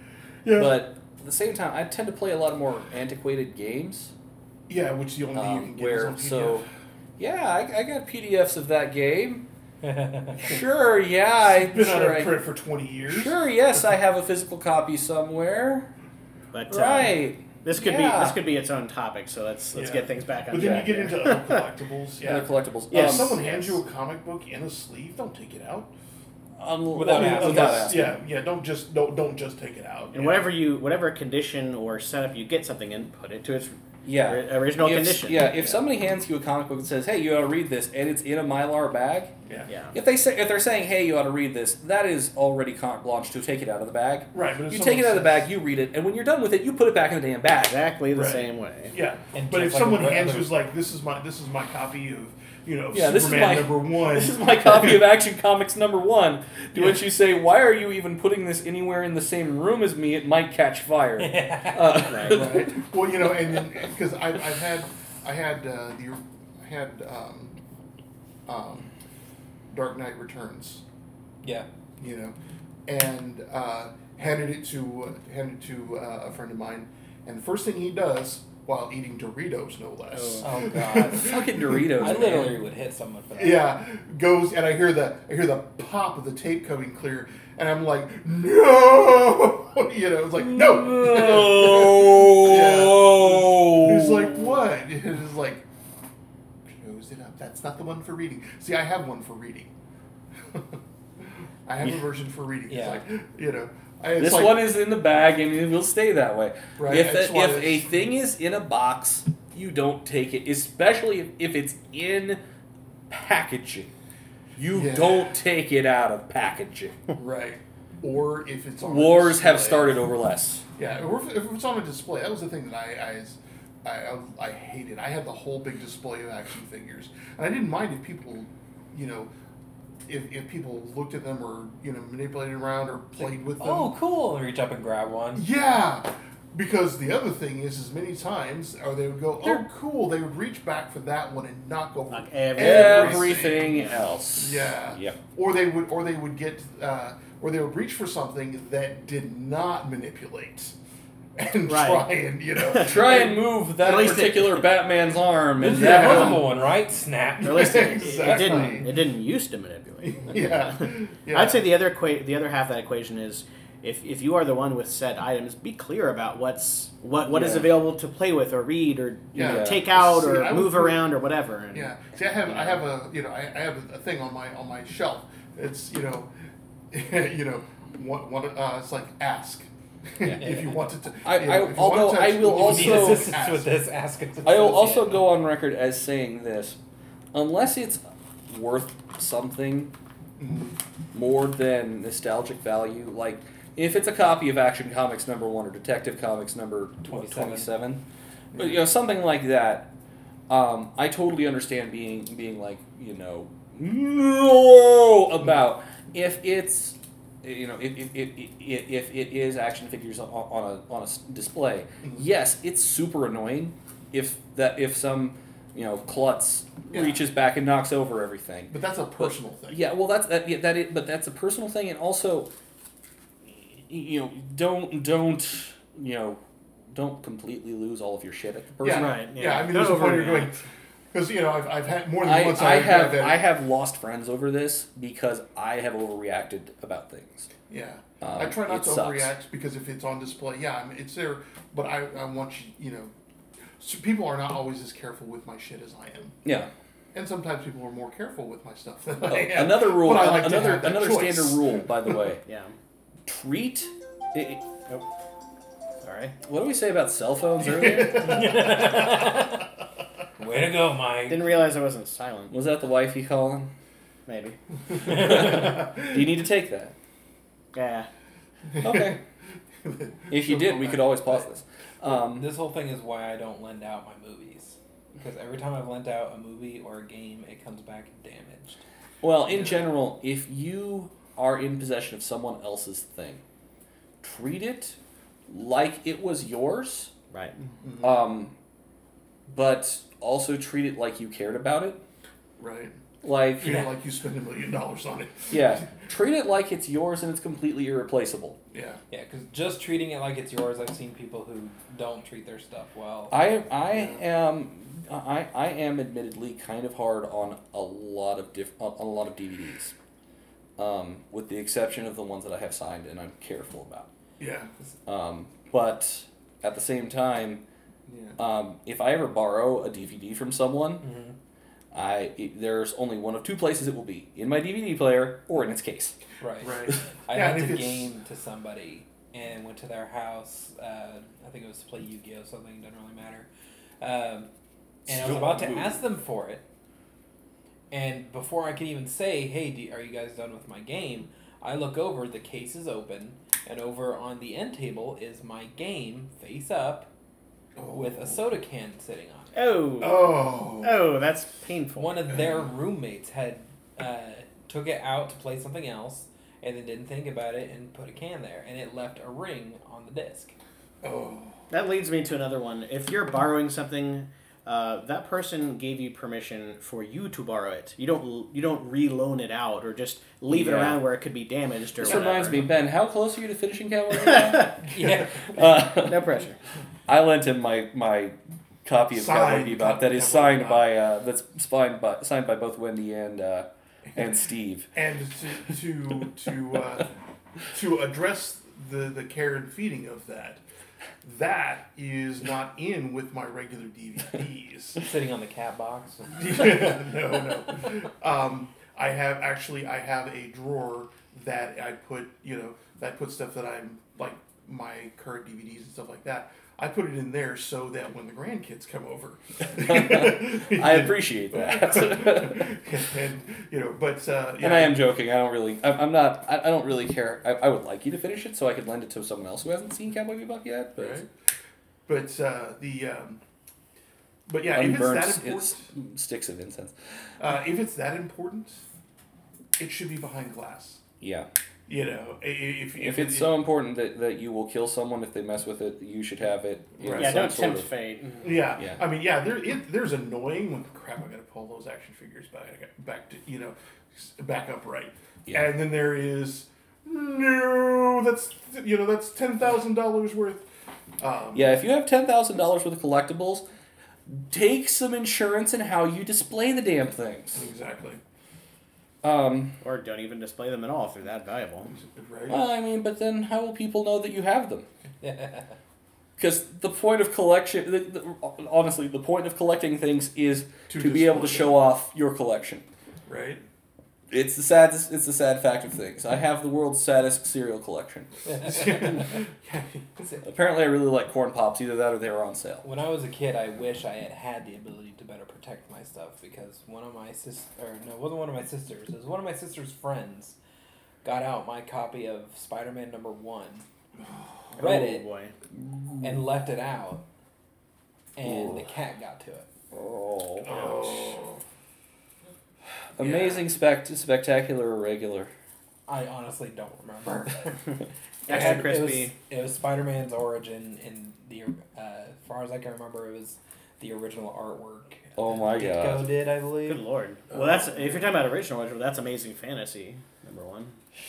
Yeah, But at the same time, I tend to play a lot more antiquated games. yeah, which the only thing you Um, can get is where on so, PDF. yeah, I, I got PDFs of that [LAUGHS] game. I [LAUGHS] Sure, yeah, I It's been sure, out I- of print for twenty years. sure, yes, I have a physical copy somewhere. But uh, Right. this could Yeah. be this could be its own topic. So let's let's Yeah. get things back on But then track. you get here. into other [LAUGHS] collectibles. Yeah, And they're collectibles. Yes. if Um, someone yes. hands you a comic book in a sleeve, don't take it out. um, without, Without asking. asking. without Unless- asking. yeah, yeah, don't just don't don't just take it out. [LAUGHS] yeah. and whatever you whatever condition or setup you get something in, put it to its Yeah. ri- original If- condition. Yeah, if somebody hands you a comic book and says, "Hey, you ought to read this," and it's in a mylar bag, Yeah. yeah. if they say if they're saying, "Hey, you ought to read this," that is already carte blanche to take it out of the bag. Right, but if You someone take it out of the says- bag, you read it, and when you're done with it, you put it back in the damn bag. exactly the Right. same way. [LAUGHS] Yeah, And but just if like someone a- hands you is like, this is my this is my copy of you know Yeah, Superman this is my- number [LAUGHS] one. This [LAUGHS] is my copy of Action Comics number one. To which you say, "Why are you even putting this anywhere in the same room as me? It might catch fire." [LAUGHS] Uh, Right. right? Well, you know, and because I've, I've had I had uh, the I had um, um, Dark Knight Returns, yeah. you know, and uh, handed it to uh, handed to uh, a friend of mine, and the first thing he does while eating Doritos, no less. Oh. Oh, [LAUGHS] [LAUGHS] God. Fucking Doritos. I man. literally would hit someone for that. Yeah, goes and I hear the I hear the pop of the tape coming clear, and I'm like, no, [LAUGHS] you know, it's like no. Oh. No. [LAUGHS] He's like, what? [LAUGHS] And it's like, close it up. That's not the one for reading. See, I have one for reading. [LAUGHS] I have a Yeah. version for reading. Yeah. It's like, you know, I, it's This like, one is in the bag and it will stay that way. Right, if that's a, why if a it's- thing is in a box, you don't take it, especially if- if it's in packaging. You Yeah. don't take it out of packaging. right. Or if it's on a Wars have display. started over less. Yeah, or if, if it's on a display, that was the thing that I, I, I, I hated. I had the whole big display of action figures, and I didn't mind if people, you know, if, if people looked at them or you know manipulated around or played with them. Oh, cool! And reach up and grab one. Yeah, because the other thing is, is many times, or they would go, "Oh, cool!" They would reach back for that one and knock over Knock every- Everything else. Yeah. Yep. Or they would, or they would get, uh, or they would reach for something that did not manipulate, and Right. try and you know [LAUGHS] Try and move that At least it- particular [LAUGHS] Batman's arm and This is that the Yeah. invisible one, right? Snap. Or at [LAUGHS] least it, it Exactly. didn't. It didn't used to manipulate. [LAUGHS] yeah, [LAUGHS] yeah. I'd say the other equa- the other half of that equation is if, if you are the one with said items, be clear about what's what what is Yeah. available to play with or read or you Yeah. know, take out See, or I would move put- around or whatever. And Yeah. See, I have I have a you know I, I have a thing on my on my shelf. It's you know, [LAUGHS] you know, one, one, uh, it's like ask [LAUGHS] if you want to. t- I- you know, I- if you want although to I actually- will if you If you need Also- [LAUGHS] assistance with this, ask us. I will also go on record as saying this: unless it's worth something Mm, more than nostalgic value, like if it's a copy of Action Comics number one or Detective Comics number Twenty-seven. twenty-seven, but you know something like that, um, I totally understand being being like you know no about if it's you know if, if, if, if, if it is action figures on, on a on a s- display, yes, it's super annoying if that if some you know klutz Yeah. reaches back and knocks over everything. But that's a personal thing. Yeah, well, that's that. Yeah, that is, but that's a personal thing, and also, y- you know, don't don't you know, don't completely lose all of your shit at the person. Yeah. Right, Yeah. yeah. I mean, there's a Over point you're going and out. because you know I've, I've had more than I, once. I I've have that- I have lost friends over this because I have overreacted about things. Yeah. Um, I try not it to sucks. overreact because if it's on display, yeah, I mean, it's there. But I, I want you, you know, so people are not always as careful with my shit as I am. [LAUGHS] Yeah. And sometimes people are more careful with my stuff than Oh, I am. another rule. But I like to another have that another choice. standard rule, by the [LAUGHS] way. Yeah. Treat. i i- Sorry. what did we say about cell phones [LAUGHS] earlier? Way to go, Mike. Didn't realize I wasn't silent. Was that the wifey calling? Maybe. Do you need to take that? Yeah. [LAUGHS] Okay. If you did, we could always pause this. Um, This whole thing is why I don't lend out my movies. Because every time I've lent out a movie or a game, it comes back damaged. well, in general, if you are in possession of someone else's thing, treat it like it was yours, Right. Mm-hmm. um, but also treat it like you cared about it. Right. Like, Feel like you spend a million dollars on it. [LAUGHS] yeah, treat it like it's yours and it's completely irreplaceable. [LAUGHS] Yeah. Yeah, because just treating it like it's yours, I've seen people who don't treat their stuff well. I I am I, I am admittedly kind of hard on a lot of diff, on a lot of DVDs, um, with the exception of the ones that I have signed and I'm careful about. Yeah. Um, but at the same time, Yeah. um, if I ever borrow a DVD from someone, Mhm. I it, there's only one of two places it will be in my DVD player or in its case. Right. Right. [LAUGHS] I Yeah, and lent a if it's- game to somebody and went to their house. Uh, I think it was to play Yu Gi Oh! something, doesn't really matter. Um, and I was Still about to moving. ask them for it. And before I could even say, hey, do, are you guys done with my game? I look over, the case is open, and over on the end table is my game, face up, with a soda can sitting on it. Oh. Oh. Oh, that's painful. One of their roommates had uh, took it out to play something else, and then didn't think about it and put a can there, and it left a ring on the disc. Oh. That leads me to another one. If you're borrowing something, uh, that person gave you permission for you to borrow it. You don't you don't reloan it out or just leave it Yeah. around where it could be damaged or This whatever. reminds me, Ben, how close are you to finishing Cowboy? Bebop? Yeah, uh, [LAUGHS] no pressure. I lent him my my copy of Signed Cowboy Bebop that is Cowboy signed Bebop. by uh, that's signed by signed by both Wendy and uh, [LAUGHS] and Steve. And to to to uh, to address the the care and feeding of that, that is not in with my regular DVDs. sitting on the cat [LAUGHS] box. [LAUGHS] no, no. Um, I have actually I have a drawer that I put you know that I put stuff that I'm like my current DVDs and stuff like that. I put it in there so that when the grandkids come over, [LAUGHS] I appreciate that, and you know, but uh, [LAUGHS] yeah, and I am joking. I don't really. I'm, I'm not. I, I don't really care. I, I would like you to finish it so I could lend it to someone else who hasn't seen Cowboy Bebop yet. But right? But uh, the um, but yeah, if unburned it's that s- important, it's sticks of incense. uh, if it's that important, it should be behind glass. Yeah. You know, i- i- if if, If it's it- so important that, that you will kill someone if they mess with it, you should have it. in Right. [LAUGHS] Yeah, some don't sort tempt of- fate. Yeah. Yeah. I mean, yeah, there, it, there's annoying when crap. I gotta pull those action figures back, back to you know, s- back upright. Yeah. And then there is no. That's you know that's ten thousand dollars worth. Um, Yeah, if you have ten thousand dollars worth of collectibles, take some insurance in how you display the damn things. Exactly. Um, Or don't even display them at all if they're that valuable. Right. well, I mean, but then how will people know that you have [LAUGHS] them? yeah, Because the point of collection, the, the, honestly, the point of collecting things is to, To be able to display show off your collection. [LAUGHS] right. [LAUGHS] It's the saddest. It's the sad fact of things. I have the world's saddest cereal collection. Apparently, I really like corn pops. Either that or they were on sale. when I was a kid, I wish I had had the ability to better protect my stuff because one of my sis or no, it wasn't one of my sisters. It was one of my sister's friends. Got out my copy of Spider Man number one, read Oh it, boy. and left it out, and the cat got to it. Oh, Oh. amazing spect, spectacular, irregular. I honestly don't remember. Extra And crispy. It was, it was Spider Man's origin, and the uh, as far as I can remember, it was the original artwork. Oh my Ditko god. did Good I believe? lord. Well, that's if you're talking about original, original, that's amazing fantasy number one.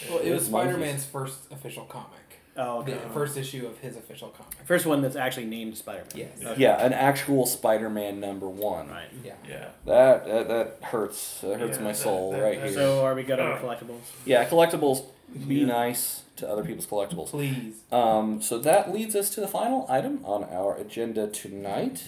Well, it Monkeys. was Spider Man's first official comic, Oh, okay. the first issue of his official comic. First one that's actually named Spider Man. Yes. Okay. Yeah, an actual Spider-Man number one. Right. Yeah. Yeah. That that, that hurts. That hurts Yeah, my that- soul that- right that- here. So are we good on collectibles? yeah, collectibles. Be Yeah. nice to other people's collectibles. Please. Um, so that leads us to the final item on our agenda tonight,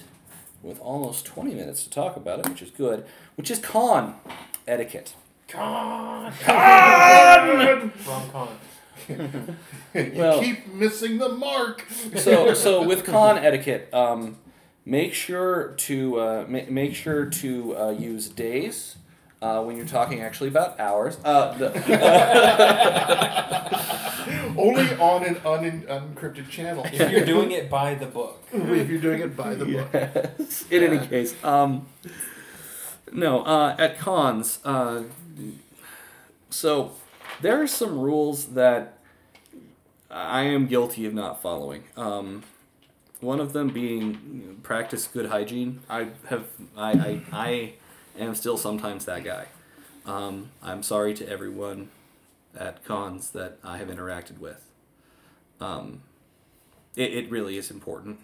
with almost 20 minutes to talk about it, which is good, which is con etiquette. Con! Wrong con. [LAUGHS] you Well- keep missing the [LAUGHS] mark. So, so with con etiquette, um, make sure to uh, ma- make sure to uh, use days uh, when you're talking actually about hours. Uh, the, [LAUGHS] Only on an un- unencrypted channel. If [LAUGHS] you're doing it by the book. if you're doing it by the book. Yes. [LAUGHS] In any case, um, no, uh, at cons, uh, so there are some rules that I am guilty of not following. Um, one of them being you know, practice good hygiene. I have, I, I, I am still sometimes that guy. Um, I'm sorry to everyone at cons that I have interacted with. Um, it, it really is important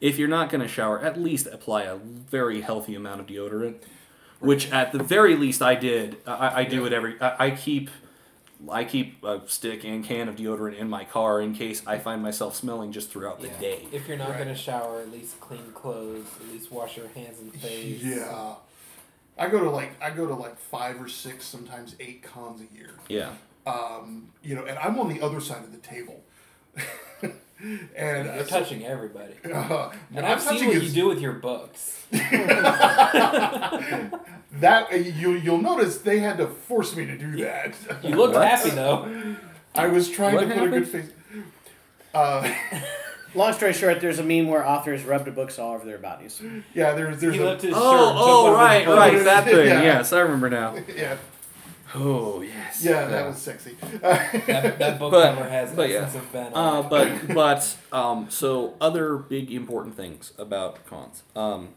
if you're not going to shower, at least apply a very healthy amount of deodorant, which at the very least I did. I- I, I do it every. I, I keep, I keep a stick and can of deodorant in my car in case I find myself smelling just throughout the Yeah. day. If you're not Right. gonna shower, at least clean clothes. At least wash your hands and face. Yeah. I go to like I go to like five or six, sometimes eight cons a year. Yeah. Um, you know, and I'm on the other side of the table. [LAUGHS] and You're [LAUGHS] touching everybody. Uh, And I'm I've seen touching what you his- do with your books. That uh, you you'll notice they had to force me to do that. [LAUGHS] You looked What? happy though. I was trying What to put a good face. Uh, [LAUGHS] Long story short, there's a meme where authors rub the books all over their bodies. yeah, there's there's He a- left his shirt. Oh, took one oh, of right, his books. right, that [LAUGHS] thing. Yeah. Yes, I remember now. yeah Oh, yes. yeah that was sexy. [LAUGHS] Uh, That, that book [LAUGHS] But- cover has but yeah. essence of Ben. Uh, on it. [LAUGHS] but but um, so other big important things about cons. Um,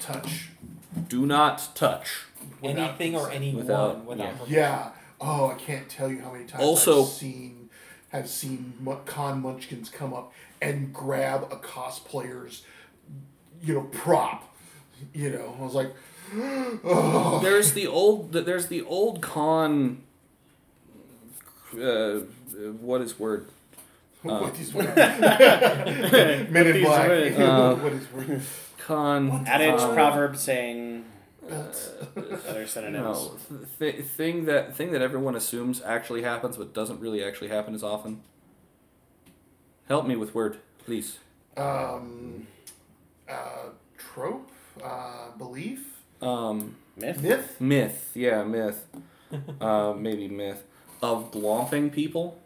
touch. do not touch. without anything or anyone Without- without, yeah. permission. Yeah. Oh, I can't tell you how many times Also- I've seen have seen mu- con munchkins come up and grab a cosplayer's you know prop. You know, I was like, oh. there's the old th- there's the old con uh, what is word what [LAUGHS] is word? [LAUGHS] Men in these black. [LAUGHS] words? Uh, what is word? con Adage, um, proverb, saying, Belts. [LAUGHS] other synonyms. no th- th- thing that thing that everyone assumes actually happens but doesn't really actually happen as often help me with word please Um, uh, trope, uh, belief, um Myth? myth. myth yeah myth [LAUGHS] uh, maybe myth of blomping people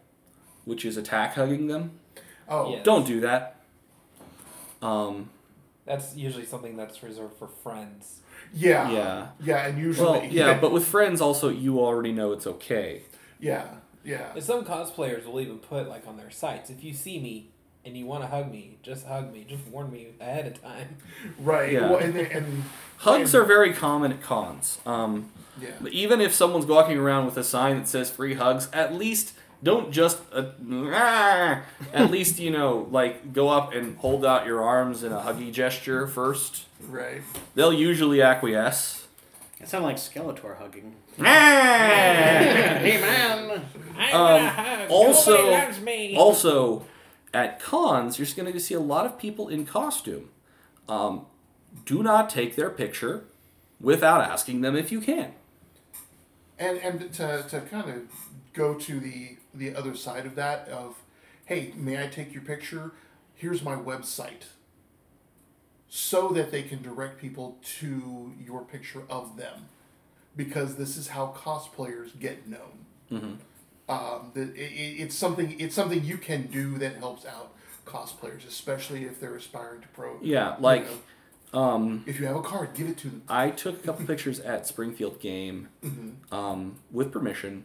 which is attack hugging them Oh, Yeah. don't do that um That's usually something that's reserved for friends. yeah, yeah, yeah and usually, Well, yeah, but with friends, also you already know it's okay. yeah, yeah, And some cosplayers will even put like on their sites, if you see me and you want to hug me, just hug me. Just warn me ahead of time. [LAUGHS] right. Yeah. Well, and, they- and Hugs are very common at cons. Um, yeah, but even if someone's walking around with a sign that says "free hugs," at least don't just uh, "Ah." [LAUGHS] at least you know like go up and hold out your arms in a huggy gesture first. right. They'll usually acquiesce. [LAUGHS] It sounded like Skeletor hugging. Ah! hey, man! I [LAUGHS] Um, hug. also- Nobody loves me. also, at cons, you're just going to see a lot of people in costume. Um, do not take their picture without asking them if you can. And and to, to kind of go to the the other side of that of, hey, may I take your picture? Here's my website. So that they can direct people to your picture of them, because this is how cosplayers get known. Um, the, it, it- it's something it's something you can do that helps out cosplayers, especially if they're aspiring to pro. Yeah, like you um, know, if you have a card, give it to them. I took a couple pictures at Springfield Game um, with permission.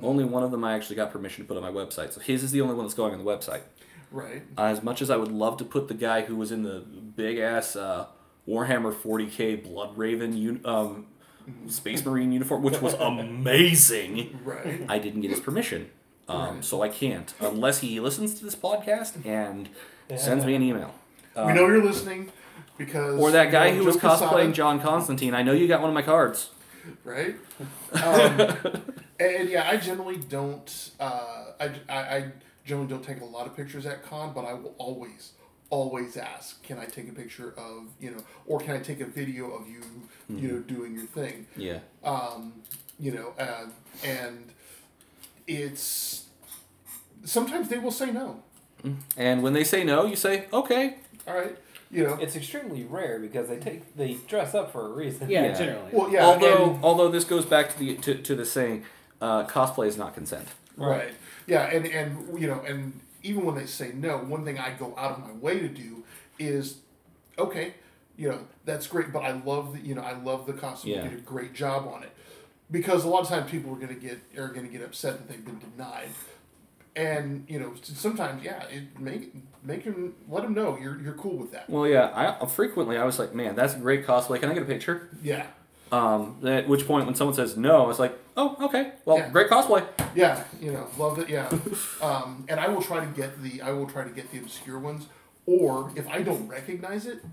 Only one of them I actually got permission to put on my website. So his is the only one that's going on the website. Right. Uh, As much as I would love to put the guy who was in the big ass uh, Warhammer 40k Blood Raven un- um, Space Marine uniform, which was amazing, Right. I didn't get his permission. Um, so I can't, unless he listens to this podcast and sends me an email. Um, we know you're listening because Or that guy you know, who was Joe Quesada- cosplaying John Constantine. I know you got one of my cards. [LAUGHS] right? Um, and, and yeah, I generally don't. Uh, I, I, I generally don't take a lot of pictures at con, but I will always, always ask, "Can I take a picture of you know, or can I take a video of you, you know, Hmm. doing your thing?" Yeah. um, you know, uh, and it's sometimes they will say no. And when they say no, you say okay. All right, you know. It's extremely rare because they take they dress up for a reason. Yeah, Yeah. generally. well, yeah. although and- although this goes back to the to, to the saying, uh, cosplay is not consent. right, yeah, and and you know, and even when they say no, one thing I go out of my way to do is, okay, you know, that's great, but I love the you know I love the costume. Yeah. You did a great job on it, because a lot of times people are gonna get are gonna get upset that they've been denied. And you know, s- sometimes yeah, it make make them let them know you're you're cool with that. Well, yeah. I uh, frequently I was like, man, that's a great cosplay. Can I get a picture? Yeah, Um, at which point when someone says no, it's like, oh, okay. Well, Yeah. great cosplay. Yeah, you know, love it. Yeah, um, and I will try to get the I will try to get the obscure ones, or if I don't recognize it,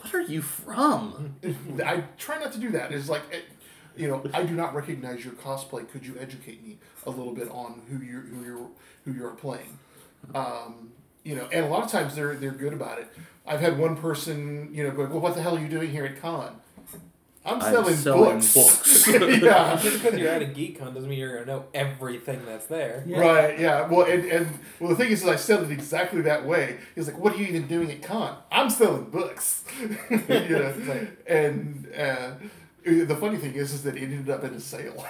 What are you from? I try not to do that. It's like, eh, you know, I do not recognize your cosplay. Could you educate me a little bit on who you who you who you are playing? Um, you know, and a lot of times they're they're good about it. I've had one person, you know, going, "Well, what the hell are you doing here at con?" I'm I'm selling, selling books. books. [LAUGHS] yeah. Just [LAUGHS] [LAUGHS] because you're at a geek con doesn't mean you're gonna know everything that's there. Right, yeah. Well, and, and well, the thing is, is I said it exactly that way. He's like, "What are you even doing at con? I'm selling books." [LAUGHS] you know, and uh, the funny thing is, is that it ended up in a sale.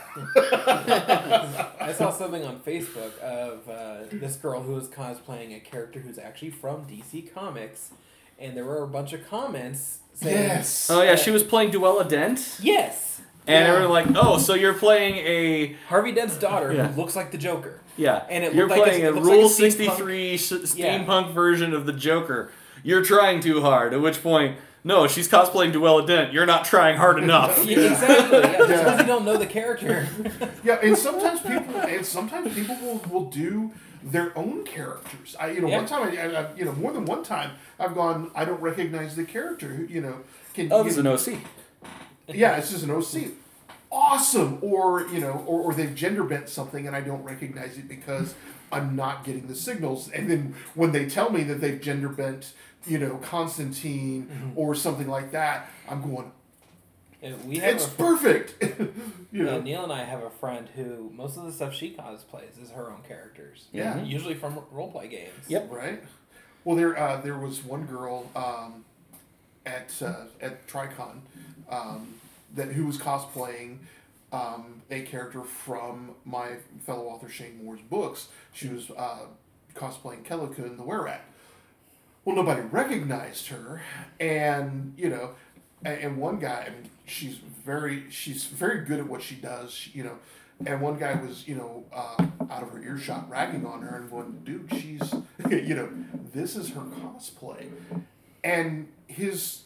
I saw something on Facebook of uh, this girl who was cosplaying a character who's actually from DC Comics, and there were a bunch of comments saying, yes. Oh yeah, she was playing Duella Dent, Yes! and Yeah. everyone like, oh, so you're playing a Harvey Dent's daughter Yeah. who looks like the Joker. yeah, And it you're looked like playing a a- it looks like a Rule steampunk- sixty three steampunk Yeah. version of the Joker. You're trying too hard. At which point, no, she's cosplaying Duella Dent. You're not trying hard enough. Yeah, exactly. Yeah, Yeah. Because you don't know the character. Yeah, and sometimes people, and sometimes people will, will do their own characters. I, you know, Yeah. one time, I, I, I- you know, more than one time, I've gone, "I don't recognize the character." Who, you know, can Oh, you- this is an OC. yeah, it's just an OC. Awesome, or you know, or, or they've gender bent something and I don't recognize it because I'm not getting the signals. And then when they tell me that they've gender bent, you know, Constantine Mm-hmm. or something like that, I'm going, And we have it's a- perfect. [LAUGHS] you Uh, know, Neil and I have a friend who most of the stuff she cosplays is her own characters. Yeah. Usually from role play games. Yep. right? Well, there uh, there was one girl um, at uh, at Tricon um, that who was cosplaying um, a character from my fellow author Shane Moore's books. She was uh, cosplaying Kellikun the Wererat. Well, nobody recognized her, and you know, a- and, one guy. I mean, she's very she's very good at what she does. she- you know, and one guy was you know uh, out of her earshot ragging on her and going, "Dude, she's [LAUGHS] you know this is her cosplay," and his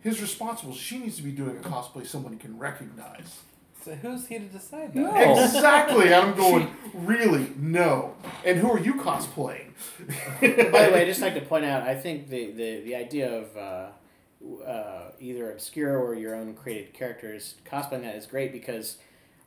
his response was, "She needs to be doing a cosplay someone can recognize." So who's he to decide that? No. Oh. Exactly. And [LAUGHS] I'm going, really? No. And who are you cosplaying? By the way, I just like to point out, I think the, the, the idea of uh, w- uh, either obscure or your own created characters cosplaying that is great because,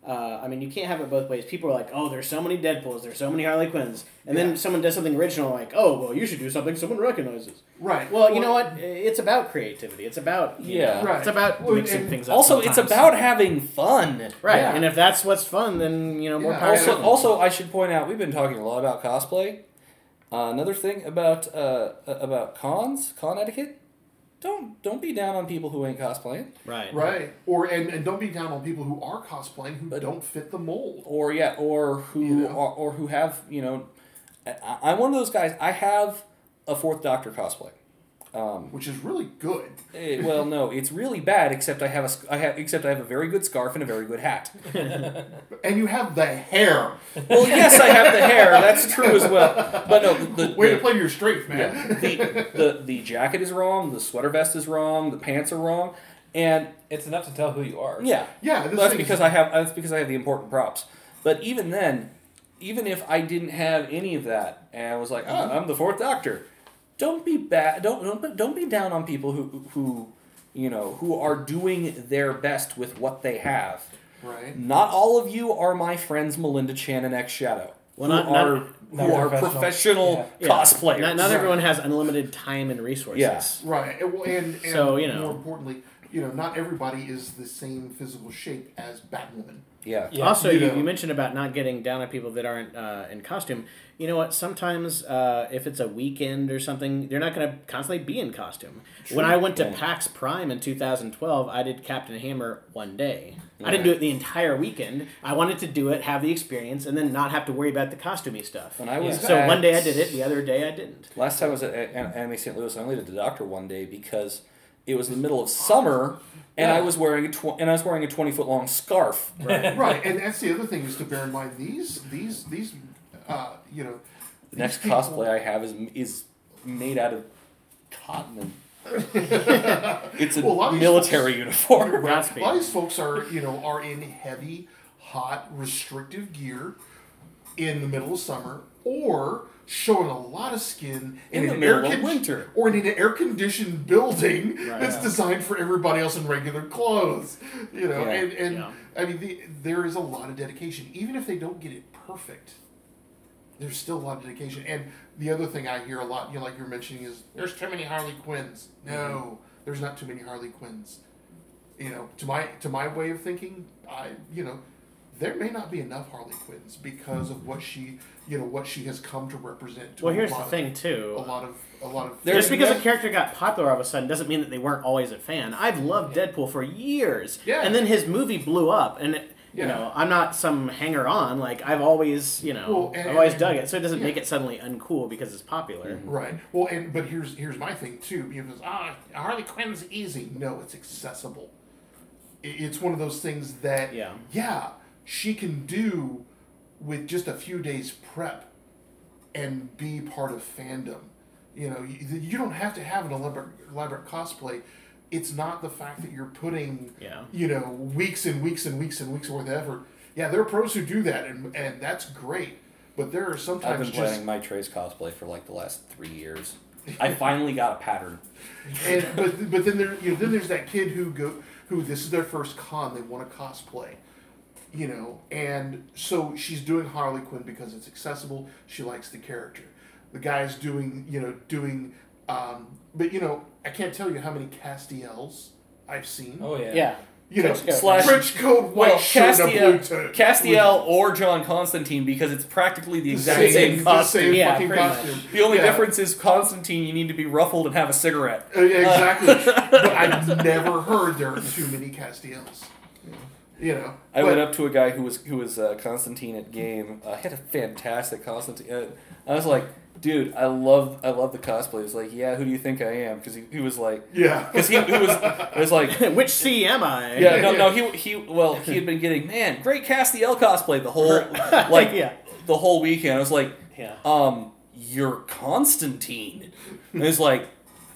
uh, I mean, you can't have it both ways. People are like, oh, there's so many Deadpools, there's so many Harley Quinns, and Yeah. then someone does something original like, oh, well, you should do something someone recognizes. [LAUGHS] Right. Well, you know what? It's about creativity. It's about you Yeah. know, Right. It's about Well, mixing and things up. [LAUGHS] Also, it's sometimes. about having fun. right. Yeah. And if that's what's fun, then you know more Yeah. power. to Also, them. also, I should point out we've been talking a lot about cosplay. Uh, another thing about uh, about cons, con etiquette. Don't don't be down on people who ain't cosplaying. right. Right. Or and, and don't be down on people who are cosplaying who But- don't fit the mold. or yeah, or who You know? or, or who have you know, I, I'm one of those guys. I have a fourth Doctor cosplay. Um, Which is really good. eh, [LAUGHS] well, no, it's really bad. Except I have a sc- I have except I have a very good scarf and a very good [LAUGHS] hat. And you have the hair. Well, yes, I have the hair. That's true as well. But no, the, the, Way to the- play to your strength, yeah, [LAUGHS] man. the, the the jacket is wrong. The sweater vest is wrong. The pants are wrong. And It's enough to tell who you are. yeah, Yeah, this that's thing is- because I have that's because I have the important props. But even then, even if I didn't have any of that and I was like, oh, I'm the fourth doctor, don't be bad don't don't don't be down on people who who you know, who are doing their best with what they have. Right. Not all of you are my friends Melinda Chan and X Shadow. Well, who not, are not, who are professional yeah. cosplayers. Not, not Right. everyone has unlimited time and resources. Yeah. Right. And, well, and, and So, you know. more importantly, you know, not everybody is the same physical shape as Batwoman. yeah. Yeah. Also, you, You know. you mentioned about not getting down on people that aren't uh, in costume. You know what? Sometimes, uh, if it's a weekend or something, they're not going to constantly be in costume. When I went to Yeah. PAX Prime in 2012, I did Captain Hammer one day. I didn't do it the entire weekend. I wanted to do it, have the experience, and then not have to worry about the costumey stuff. When I was so at- one day I did it, the other day I didn't. Last time I was at A- A- Anime St. Louis, I only did the doctor one day because it was the middle of summer, and I Yeah. was wearing a tw- and I was wearing a twenty foot long scarf. [LAUGHS] right. And that's the other thing is to bear in mind these these these uh, you know The next people- cosplay I have is is made out of cotton. And [LAUGHS] it's a Well, a lot of these military folks- [LAUGHS] uniform. Right. Godspeed. A lot of these folks are, you know, are in heavy, hot, restrictive gear in the middle of summer, or showing a lot of skin In the an middle air of winter. or in an air-conditioned building Right. that's designed for everybody else in regular clothes. You know, Yeah. and, and Yeah. I mean, the, there is a lot of dedication, even if they don't get it perfect. There's still a lot of dedication, and the other thing I hear a lot, you know, like you're mentioning, is there's too many Harley Quinns. Mm-hmm. No, there's not too many Harley Quinns you know, to my to my way of thinking, I you know, there may not be enough Harley Quinns because of what she you know what she has come to represent. To Well, a here's the lot of- thing, too. A lot of a lot of There's Just because no- a character got popular all of a sudden doesn't mean that they weren't always a fan. I've loved Deadpool for years, Yeah. and then his movie blew up, and it, Yeah. you know I'm not some hanger on. Like I've always, you know, Well, and- I've always dug it, so it doesn't yeah. Mm-hmm. make it suddenly uncool because it's popular. right. Well, and but here's here's my thing too. Because ah, Harley Quinn's easy. No, it's accessible. I- It's one of those things that Yeah. yeah, she can do with just a few days prep and be part of fandom. You know, you, you don't have to have an elaborate, elaborate cosplay. It's not the fact that you're putting, Yeah. you know, weeks and weeks and weeks and weeks worth of effort. Yeah, there are pros who do that, and, and that's great. But there are I've been sometimes just planning my Trace cosplay for like the last three years. I finally got a pattern. and but but then there you know then there's that kid who go who this is their first con they want to cosplay, you know, and so she's doing Harley Quinn because it's accessible. She likes the character. The guy's doing you know doing, um, but you know I can't tell you how many Castiels I've seen. Oh yeah. you Yeah, know, Trench coat. Slash- French code white Well, shirt and a blue Castiel, tie. Castiel or John Constantine because it's practically the The exact same, the costume. same Yeah, fucking pretty much. costume. The only Yeah. difference is Constantine, you need to be ruffled and have a cigarette. Uh, yeah, [LAUGHS] exactly. but I've never heard there are too many Castiels. You know, I but- went up to a guy who was who was uh, Constantine at game. Uh, he had a fantastic Constantine. Uh, I was like, dude, I love I love the cosplay. He's like, yeah, who do you think I am? Because he, he was [LAUGHS] like, Yeah. because he, he was I was like, [LAUGHS] which C am I? yeah, no, Yeah. no, he he well he had been getting man great Castiel cosplay the [LAUGHS] whole like Yeah. the whole weekend. I was like, Yeah. um, you're Constantine. And it's like,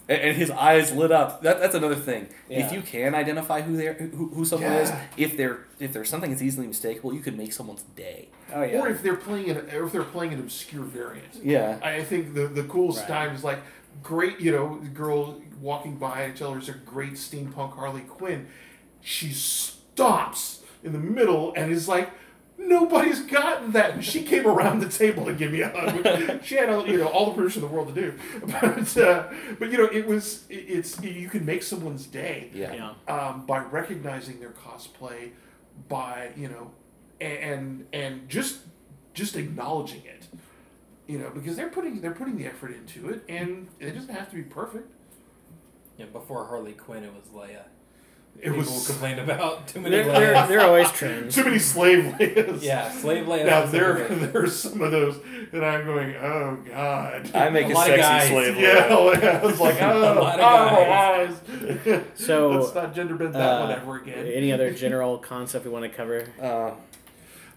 and, and his eyes lit up. That, that's another thing. If Yeah. you can identify who they're, who, who someone is, Yeah. if they're if there's something that's easily mistakable, you could make someone's day. Oh yeah. Or if they're playing an or if they're playing an obscure variant. Yeah. I I think the the coolest Right. time is like great, you know, girl walking by and tell her it's a great steampunk Harley Quinn. She stops in the middle and is like, nobody's gotten that. And she came around the table to give me a hug. which she had all you know all the permission in the world to do, [LAUGHS] but uh, but you know it was it, it's you can make someone's day Yeah. yeah. um, by recognizing their cosplay, by you know, a- and and just just acknowledging it, you know, because they're putting they're putting the effort into it, and it doesn't have to be perfect. Yeah, Before Harley Quinn, it was Leia. It People was [LAUGHS] complained about [LAUGHS] too many There, Leias. there, there are always trends. too many slave layers. [LAUGHS] Yeah, slave [LAUGHS] Leia. Now there [LAUGHS] there's some of those that I'm going, oh god. I [LAUGHS] make a, A lot of sexy guys. slave. yeah, [LAUGHS] I was like, oh, lot oh, of guys. So, [LAUGHS] let's not gender bend that one uh, ever again. Any other general concept we want to cover? Uh, [LAUGHS]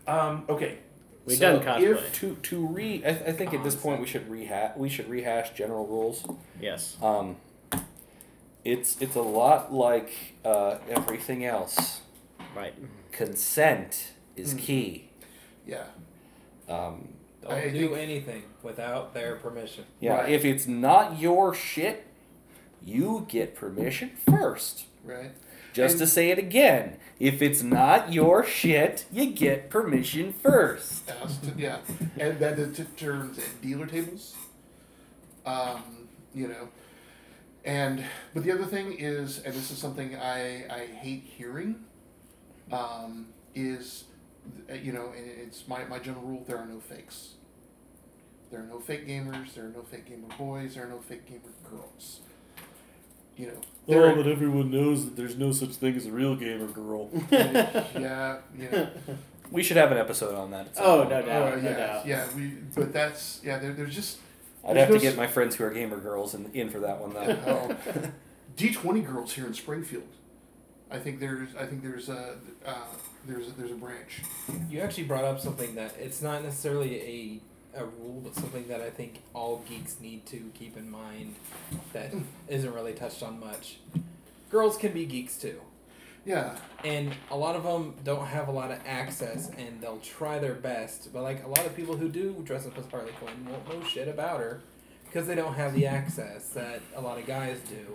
Um, okay, We've So done cosplay. if- to to re, I, I think at this point we should rehash we should rehash general rules. yes. Um, it's it's a lot like uh, everything else. Right. Consent is Hmm. Mm. key. yeah. Um, Don't I do think- anything without their permission. Yeah, Right. if it's not your shit, you get permission first. Right. Just to say it again, if it's not your shit, you get permission first. Asked, yeah, and then it t- turns at dealer tables. Um, you know, and but the other thing is, and this is something I I hate hearing, um, is, uh, you know, and it's my my general rule: there are no fakes. There are no fake gamers. There are no fake gamer boys. There are no fake gamer girls. You know. there- Oh, but everyone knows that there's no such thing as a real gamer girl. yeah, [LAUGHS] yeah. We should have an episode on that. at some Oh, point. no doubt. Uh, no yeah, doubt. yeah. We, but that's yeah. There, there's just I'd have to get my friends who are gamer girls in, in for that one [LAUGHS] Oh. though. D twenty girls here in Springfield. I think there's I think there's a uh, there's a, there's a branch. You actually brought up something that it's not necessarily a a rule, but something that I think all geeks need to keep in mind that [LAUGHS] isn't really touched on much. Girls can be geeks too, Yeah, and a lot of them don't have a lot of access, and they'll try their best. But like a lot of people who do dress up as Harley Quinn won't know shit about her because they don't have the access that a lot of guys do.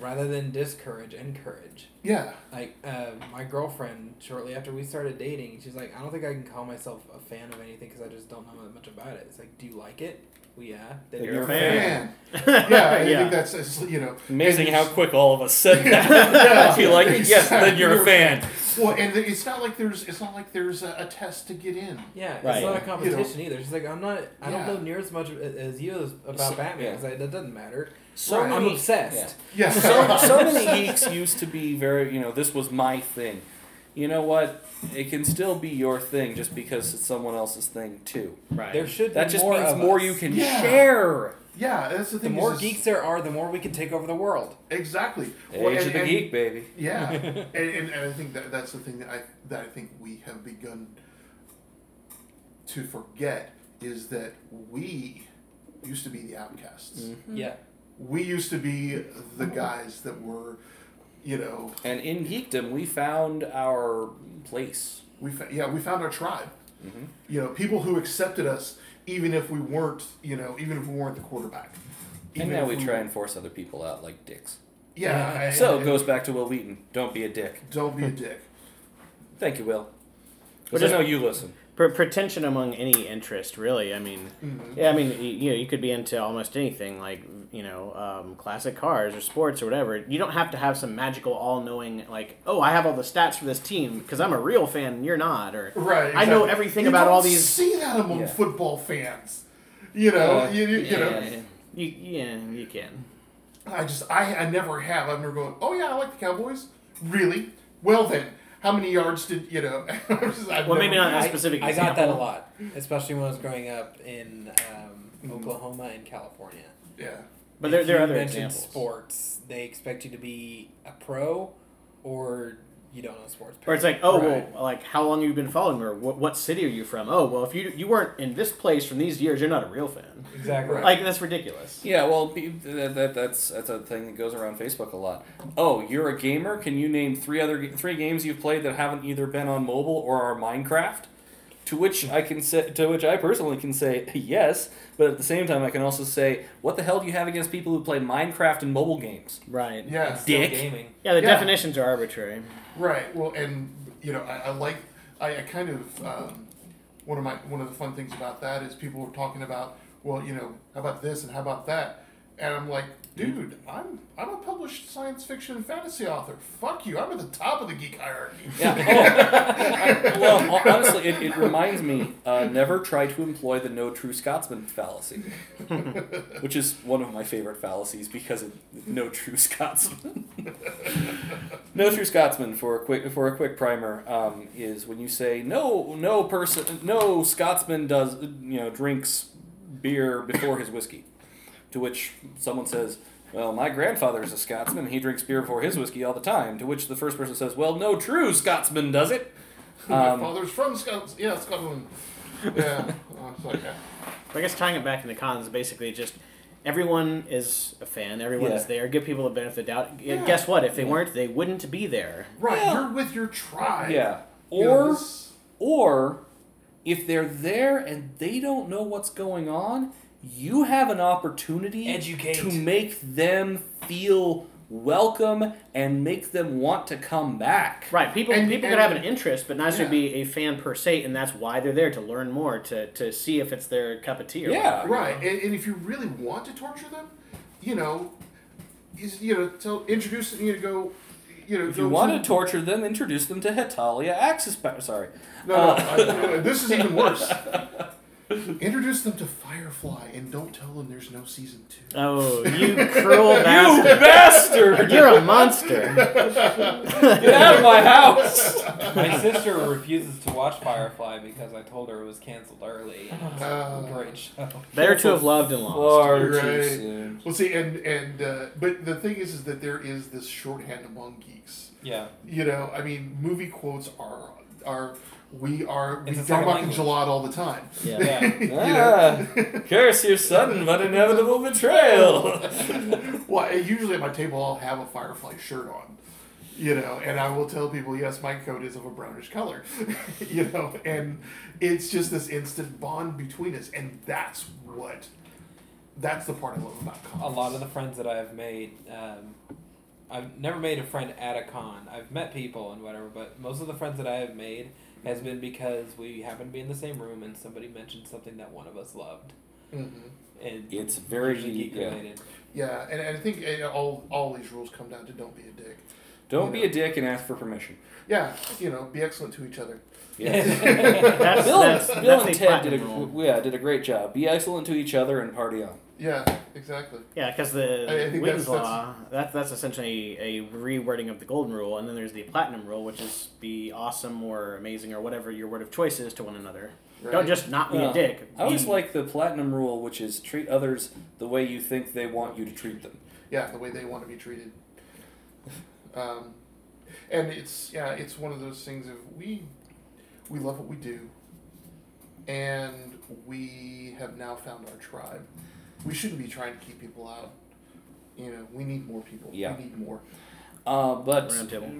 Rather than discourage, encourage yeah, like uh, my girlfriend shortly after we started dating she's like i don't think i can call myself a fan of anything because i just don't know that much about it it's like do you like it well yeah then You're a Yeah. man. Yeah, I [LAUGHS] Yeah. think that's it's, you know Amazing and how it's- quick all of us said that. Yeah. you like it? Yes, then you're a fan. Well, and it's not like there's it's not like there's a, a test to get in. yeah it's Right. not You a competition either she's like i'm not i Yeah. don't know near as much a- as you as, about So- batman yeah. It's like, that doesn't matter So i'm many- obsessed Yeah, [LAUGHS] so, so many geeks used to be very, you know, this was my thing. You know what? It can still be your thing just because it's someone else's thing too. Right. there should That be just more means of more us. you can Yeah. share. [LAUGHS] yeah, that's the the thing. is more it's- geeks there are the more we can take over the world exactly. Age Well, of and- the and- geek, baby. [LAUGHS] Yeah, and, and, and I think that that's the thing that I that I think we have begun to forget is that we used to be the outcasts. Mm-hmm. yeah We used to be the guys that were, you know, And in geekdom, we found our place. Mm-hmm. we fa- yeah we found our tribe. You know, people who accepted us even if we weren't, you know, even if we weren't the quarterback. And Even now if we try and force other people out like dicks. Yeah. I- So it I- goes back to Will Wheaton. Don't be a dick. Don't be a dick. Thank you, Will. But Because I just- know you listen. Pre- pretension among any interest, really. I mean, yeah, I mean, you, you know, you could be into almost anything, like you know, um, classic cars or sports or whatever. You don't have to have some magical, all-knowing, like, oh, I have all the stats for this team because I'm a real fan and you're not, or Right. I know exactly. everything You about don't all these. See that among Yeah. football fans. You know, Uh, you, you, you know. Yeah, you, yeah, you can. I just I, I never have. I've never gone. Oh yeah, I like the Cowboys. Really? Well then, how many yards did you know? [LAUGHS] I'm just- I've Well, maybe never- not as I, specific. I got that a example. lot especially when i was growing up in um, Mm-hmm. oklahoma and california Yeah. But there, If there are you other mention examples. Sports, they expect you to be a pro, or you don't know sports. Or it's like, oh, Right. well, like how long have you been following, or what, what city are you from? Oh, well, if you you weren't in this place from these years, you're not a real fan. exactly. Right. Like that's ridiculous. Yeah, well, be- that, that, that's that's a thing that goes around Facebook a lot. Oh, you're a gamer. Can you name three other ga- three games you've played that haven't either been on mobile or are Minecraft? To which I can say, to which I personally can say [LAUGHS] yes, but at the same time I can also say, what the hell do you have against people who play Minecraft and mobile games? Right. Yeah. Yeah. Still Dick. gaming. [LAUGHS] Yeah, the Yeah. definitions are arbitrary. Right. Well, and you know, I, I like I, I kind of um, one of my one of the fun things about that is people were talking about well, you know, how about this and how about that, and I'm like, dude, I'm I'm a published science fiction and fantasy author. Fuck you, I'm at the top of the geek hierarchy. Yeah. Oh. [LAUGHS] well, hon- honestly, it, it reminds me uh, never try to employ the no true Scotsman fallacy, which is one of my favorite fallacies because of no true Scotsman. no true Scotsman for a quick for a quick primer um, is when you say no no person no Scotsman does you know drinks beer before his whiskey, to which someone says. Well, my grandfather is a Scotsman. and He drinks beer before his whiskey all the time. To which the first person says, "Well, no true Scotsman does it." [LAUGHS] [LAUGHS] My Um, father's from Scots, yeah, [LAUGHS] Scotland. Yeah, I was like, yeah. I guess tying it back into cons, basically just everyone is a fan. Everyone is Yeah. there. Give people the benefit of the doubt. Yeah, Yeah. Guess what? If they Yeah. weren't, they wouldn't be there. Right, Yeah. you're with your tribe. Yeah. You know, Or this- or if they're there and they don't know what's going on, you have an opportunity Educate. to make them feel welcome and make them want to come back. Right, people And- people and- could have an interest, but not necessarily Yeah. be a fan per se, and that's why they're there to learn more, to, to see if it's their cup of tea. Or Yeah. whatever. Right, and, and if you really want to torture them, you know, is you know, tell introduce them. You know, go, you know, If go you want to to- torture them, introduce them to Hetalia Axis Power. Sorry. No, [LAUGHS] no, I- no, this is even worse. Introduce them to Firefly and don't tell them there's no season two. Oh, you [LAUGHS] cruel You bastard! bastard! [LAUGHS] [LAUGHS] You're a monster. Get out of my house! My sister refuses to watch Firefly because I told her it was canceled [LAUGHS] early. It's Uh, Um, a great show. Better to have loved and lost. Far too Right. soon. Well, see, and and uh, but the thing is, is that there is this shorthand among geeks. [LAUGHS] Yeah. You know, I mean, movie quotes are are we are we It's a talk second about language. congelado all the time. Yeah. Yeah. [LAUGHS] You Ah, know? [LAUGHS] curse your sudden but inevitable betrayal. well, and usually at my table, I'll have a Firefly shirt on, you know, and I will tell people, yes, my coat is of a brownish color, [LAUGHS] you know, and it's just this instant bond between us, and that's what, that's the part I love about comics. A lot of the friends that I've made, um, I've never made a friend at a con. I've met people and whatever, but most of the friends that I have made has been because we happened to be in the same room and somebody mentioned something that one of us loved. Mhm. And It's very. usually geek yeah. related. Yeah, and, and I think eh, all all these rules come down to don't be a dick. [LAUGHS] Don't be a dick and ask for permission. Yeah, you know, be excellent to each other. [LAUGHS] That's, Bill, that's, Bill that's and a Ted did a, platinum rule. yeah, did a great job. Be excellent to each other and party on. Yeah, exactly. Yeah, because the I- I think Witten's that's- Law, that, that's essentially a rewording of the Golden Rule, and then there's the Platinum Rule, which is be awesome or amazing or whatever your word of choice is to one another. Right? Don't just not be Yeah. a dick. I always Be- like the platinum rule, which is treat others the way you think they want you to treat them. yeah, the way they want to be treated. Um, and it's yeah, it's one of those things of we we love what we do, and we have now found our tribe. We shouldn't be trying to keep people out. You know, we need more people. Yeah. We [LAUGHS] need more. Uh, but Round table.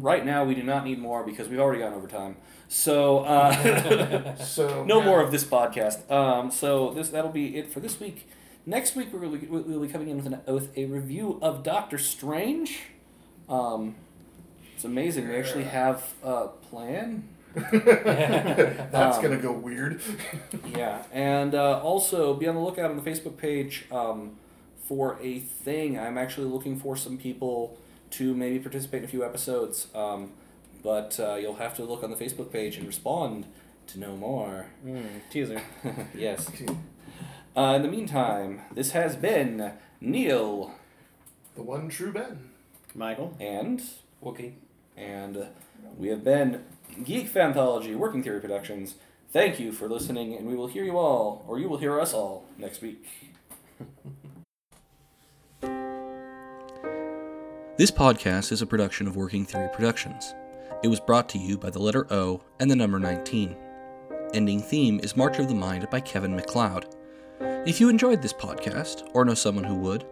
right now, we do not need more because we've already gone over time. So uh, [LAUGHS] [LAUGHS] So no more of [LAUGHS] this podcast. Um, so this that'll be it for this week. Next week, we're gonna be- we'll be coming in with an with a review of Doctor Strange. Um, it's amazing. We actually have a plan. [LAUGHS] That's Um, gonna [LAUGHS] go weird. Yeah, and uh, also be on the lookout on the Facebook page um, for a thing. I'm actually looking for some people to maybe participate in a few episodes, um, but uh, you'll have to look on the Facebook page and respond to know more. [LAUGHS] Mm, teaser. yes. Uh, in the meantime, this has been Neil the one true Ben. Michael. and Wookie. and we have been Geek Fanthology Working Theory Productions. Thank you for listening, and we will hear you all, or you will hear us all, next week. [LAUGHS] This podcast is a production of Working Theory Productions. It was brought to you by the letter O and the number 19. Ending theme is March of the Mind by Kevin McLeod. If you enjoyed this podcast, or know someone who would,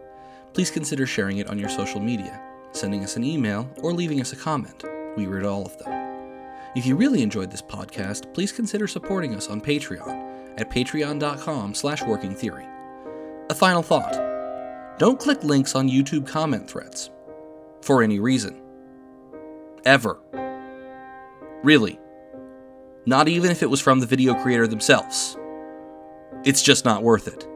please consider sharing it on your social media, sending us an email, or leaving us a comment. We read all of them. If you really enjoyed this podcast, please consider supporting us on Patreon at patreon.com slash working theory. A final thought. Don't click links on YouTube comment threads for any reason. Ever. Really. Not even if it was from the video creator themselves. It's just not worth it.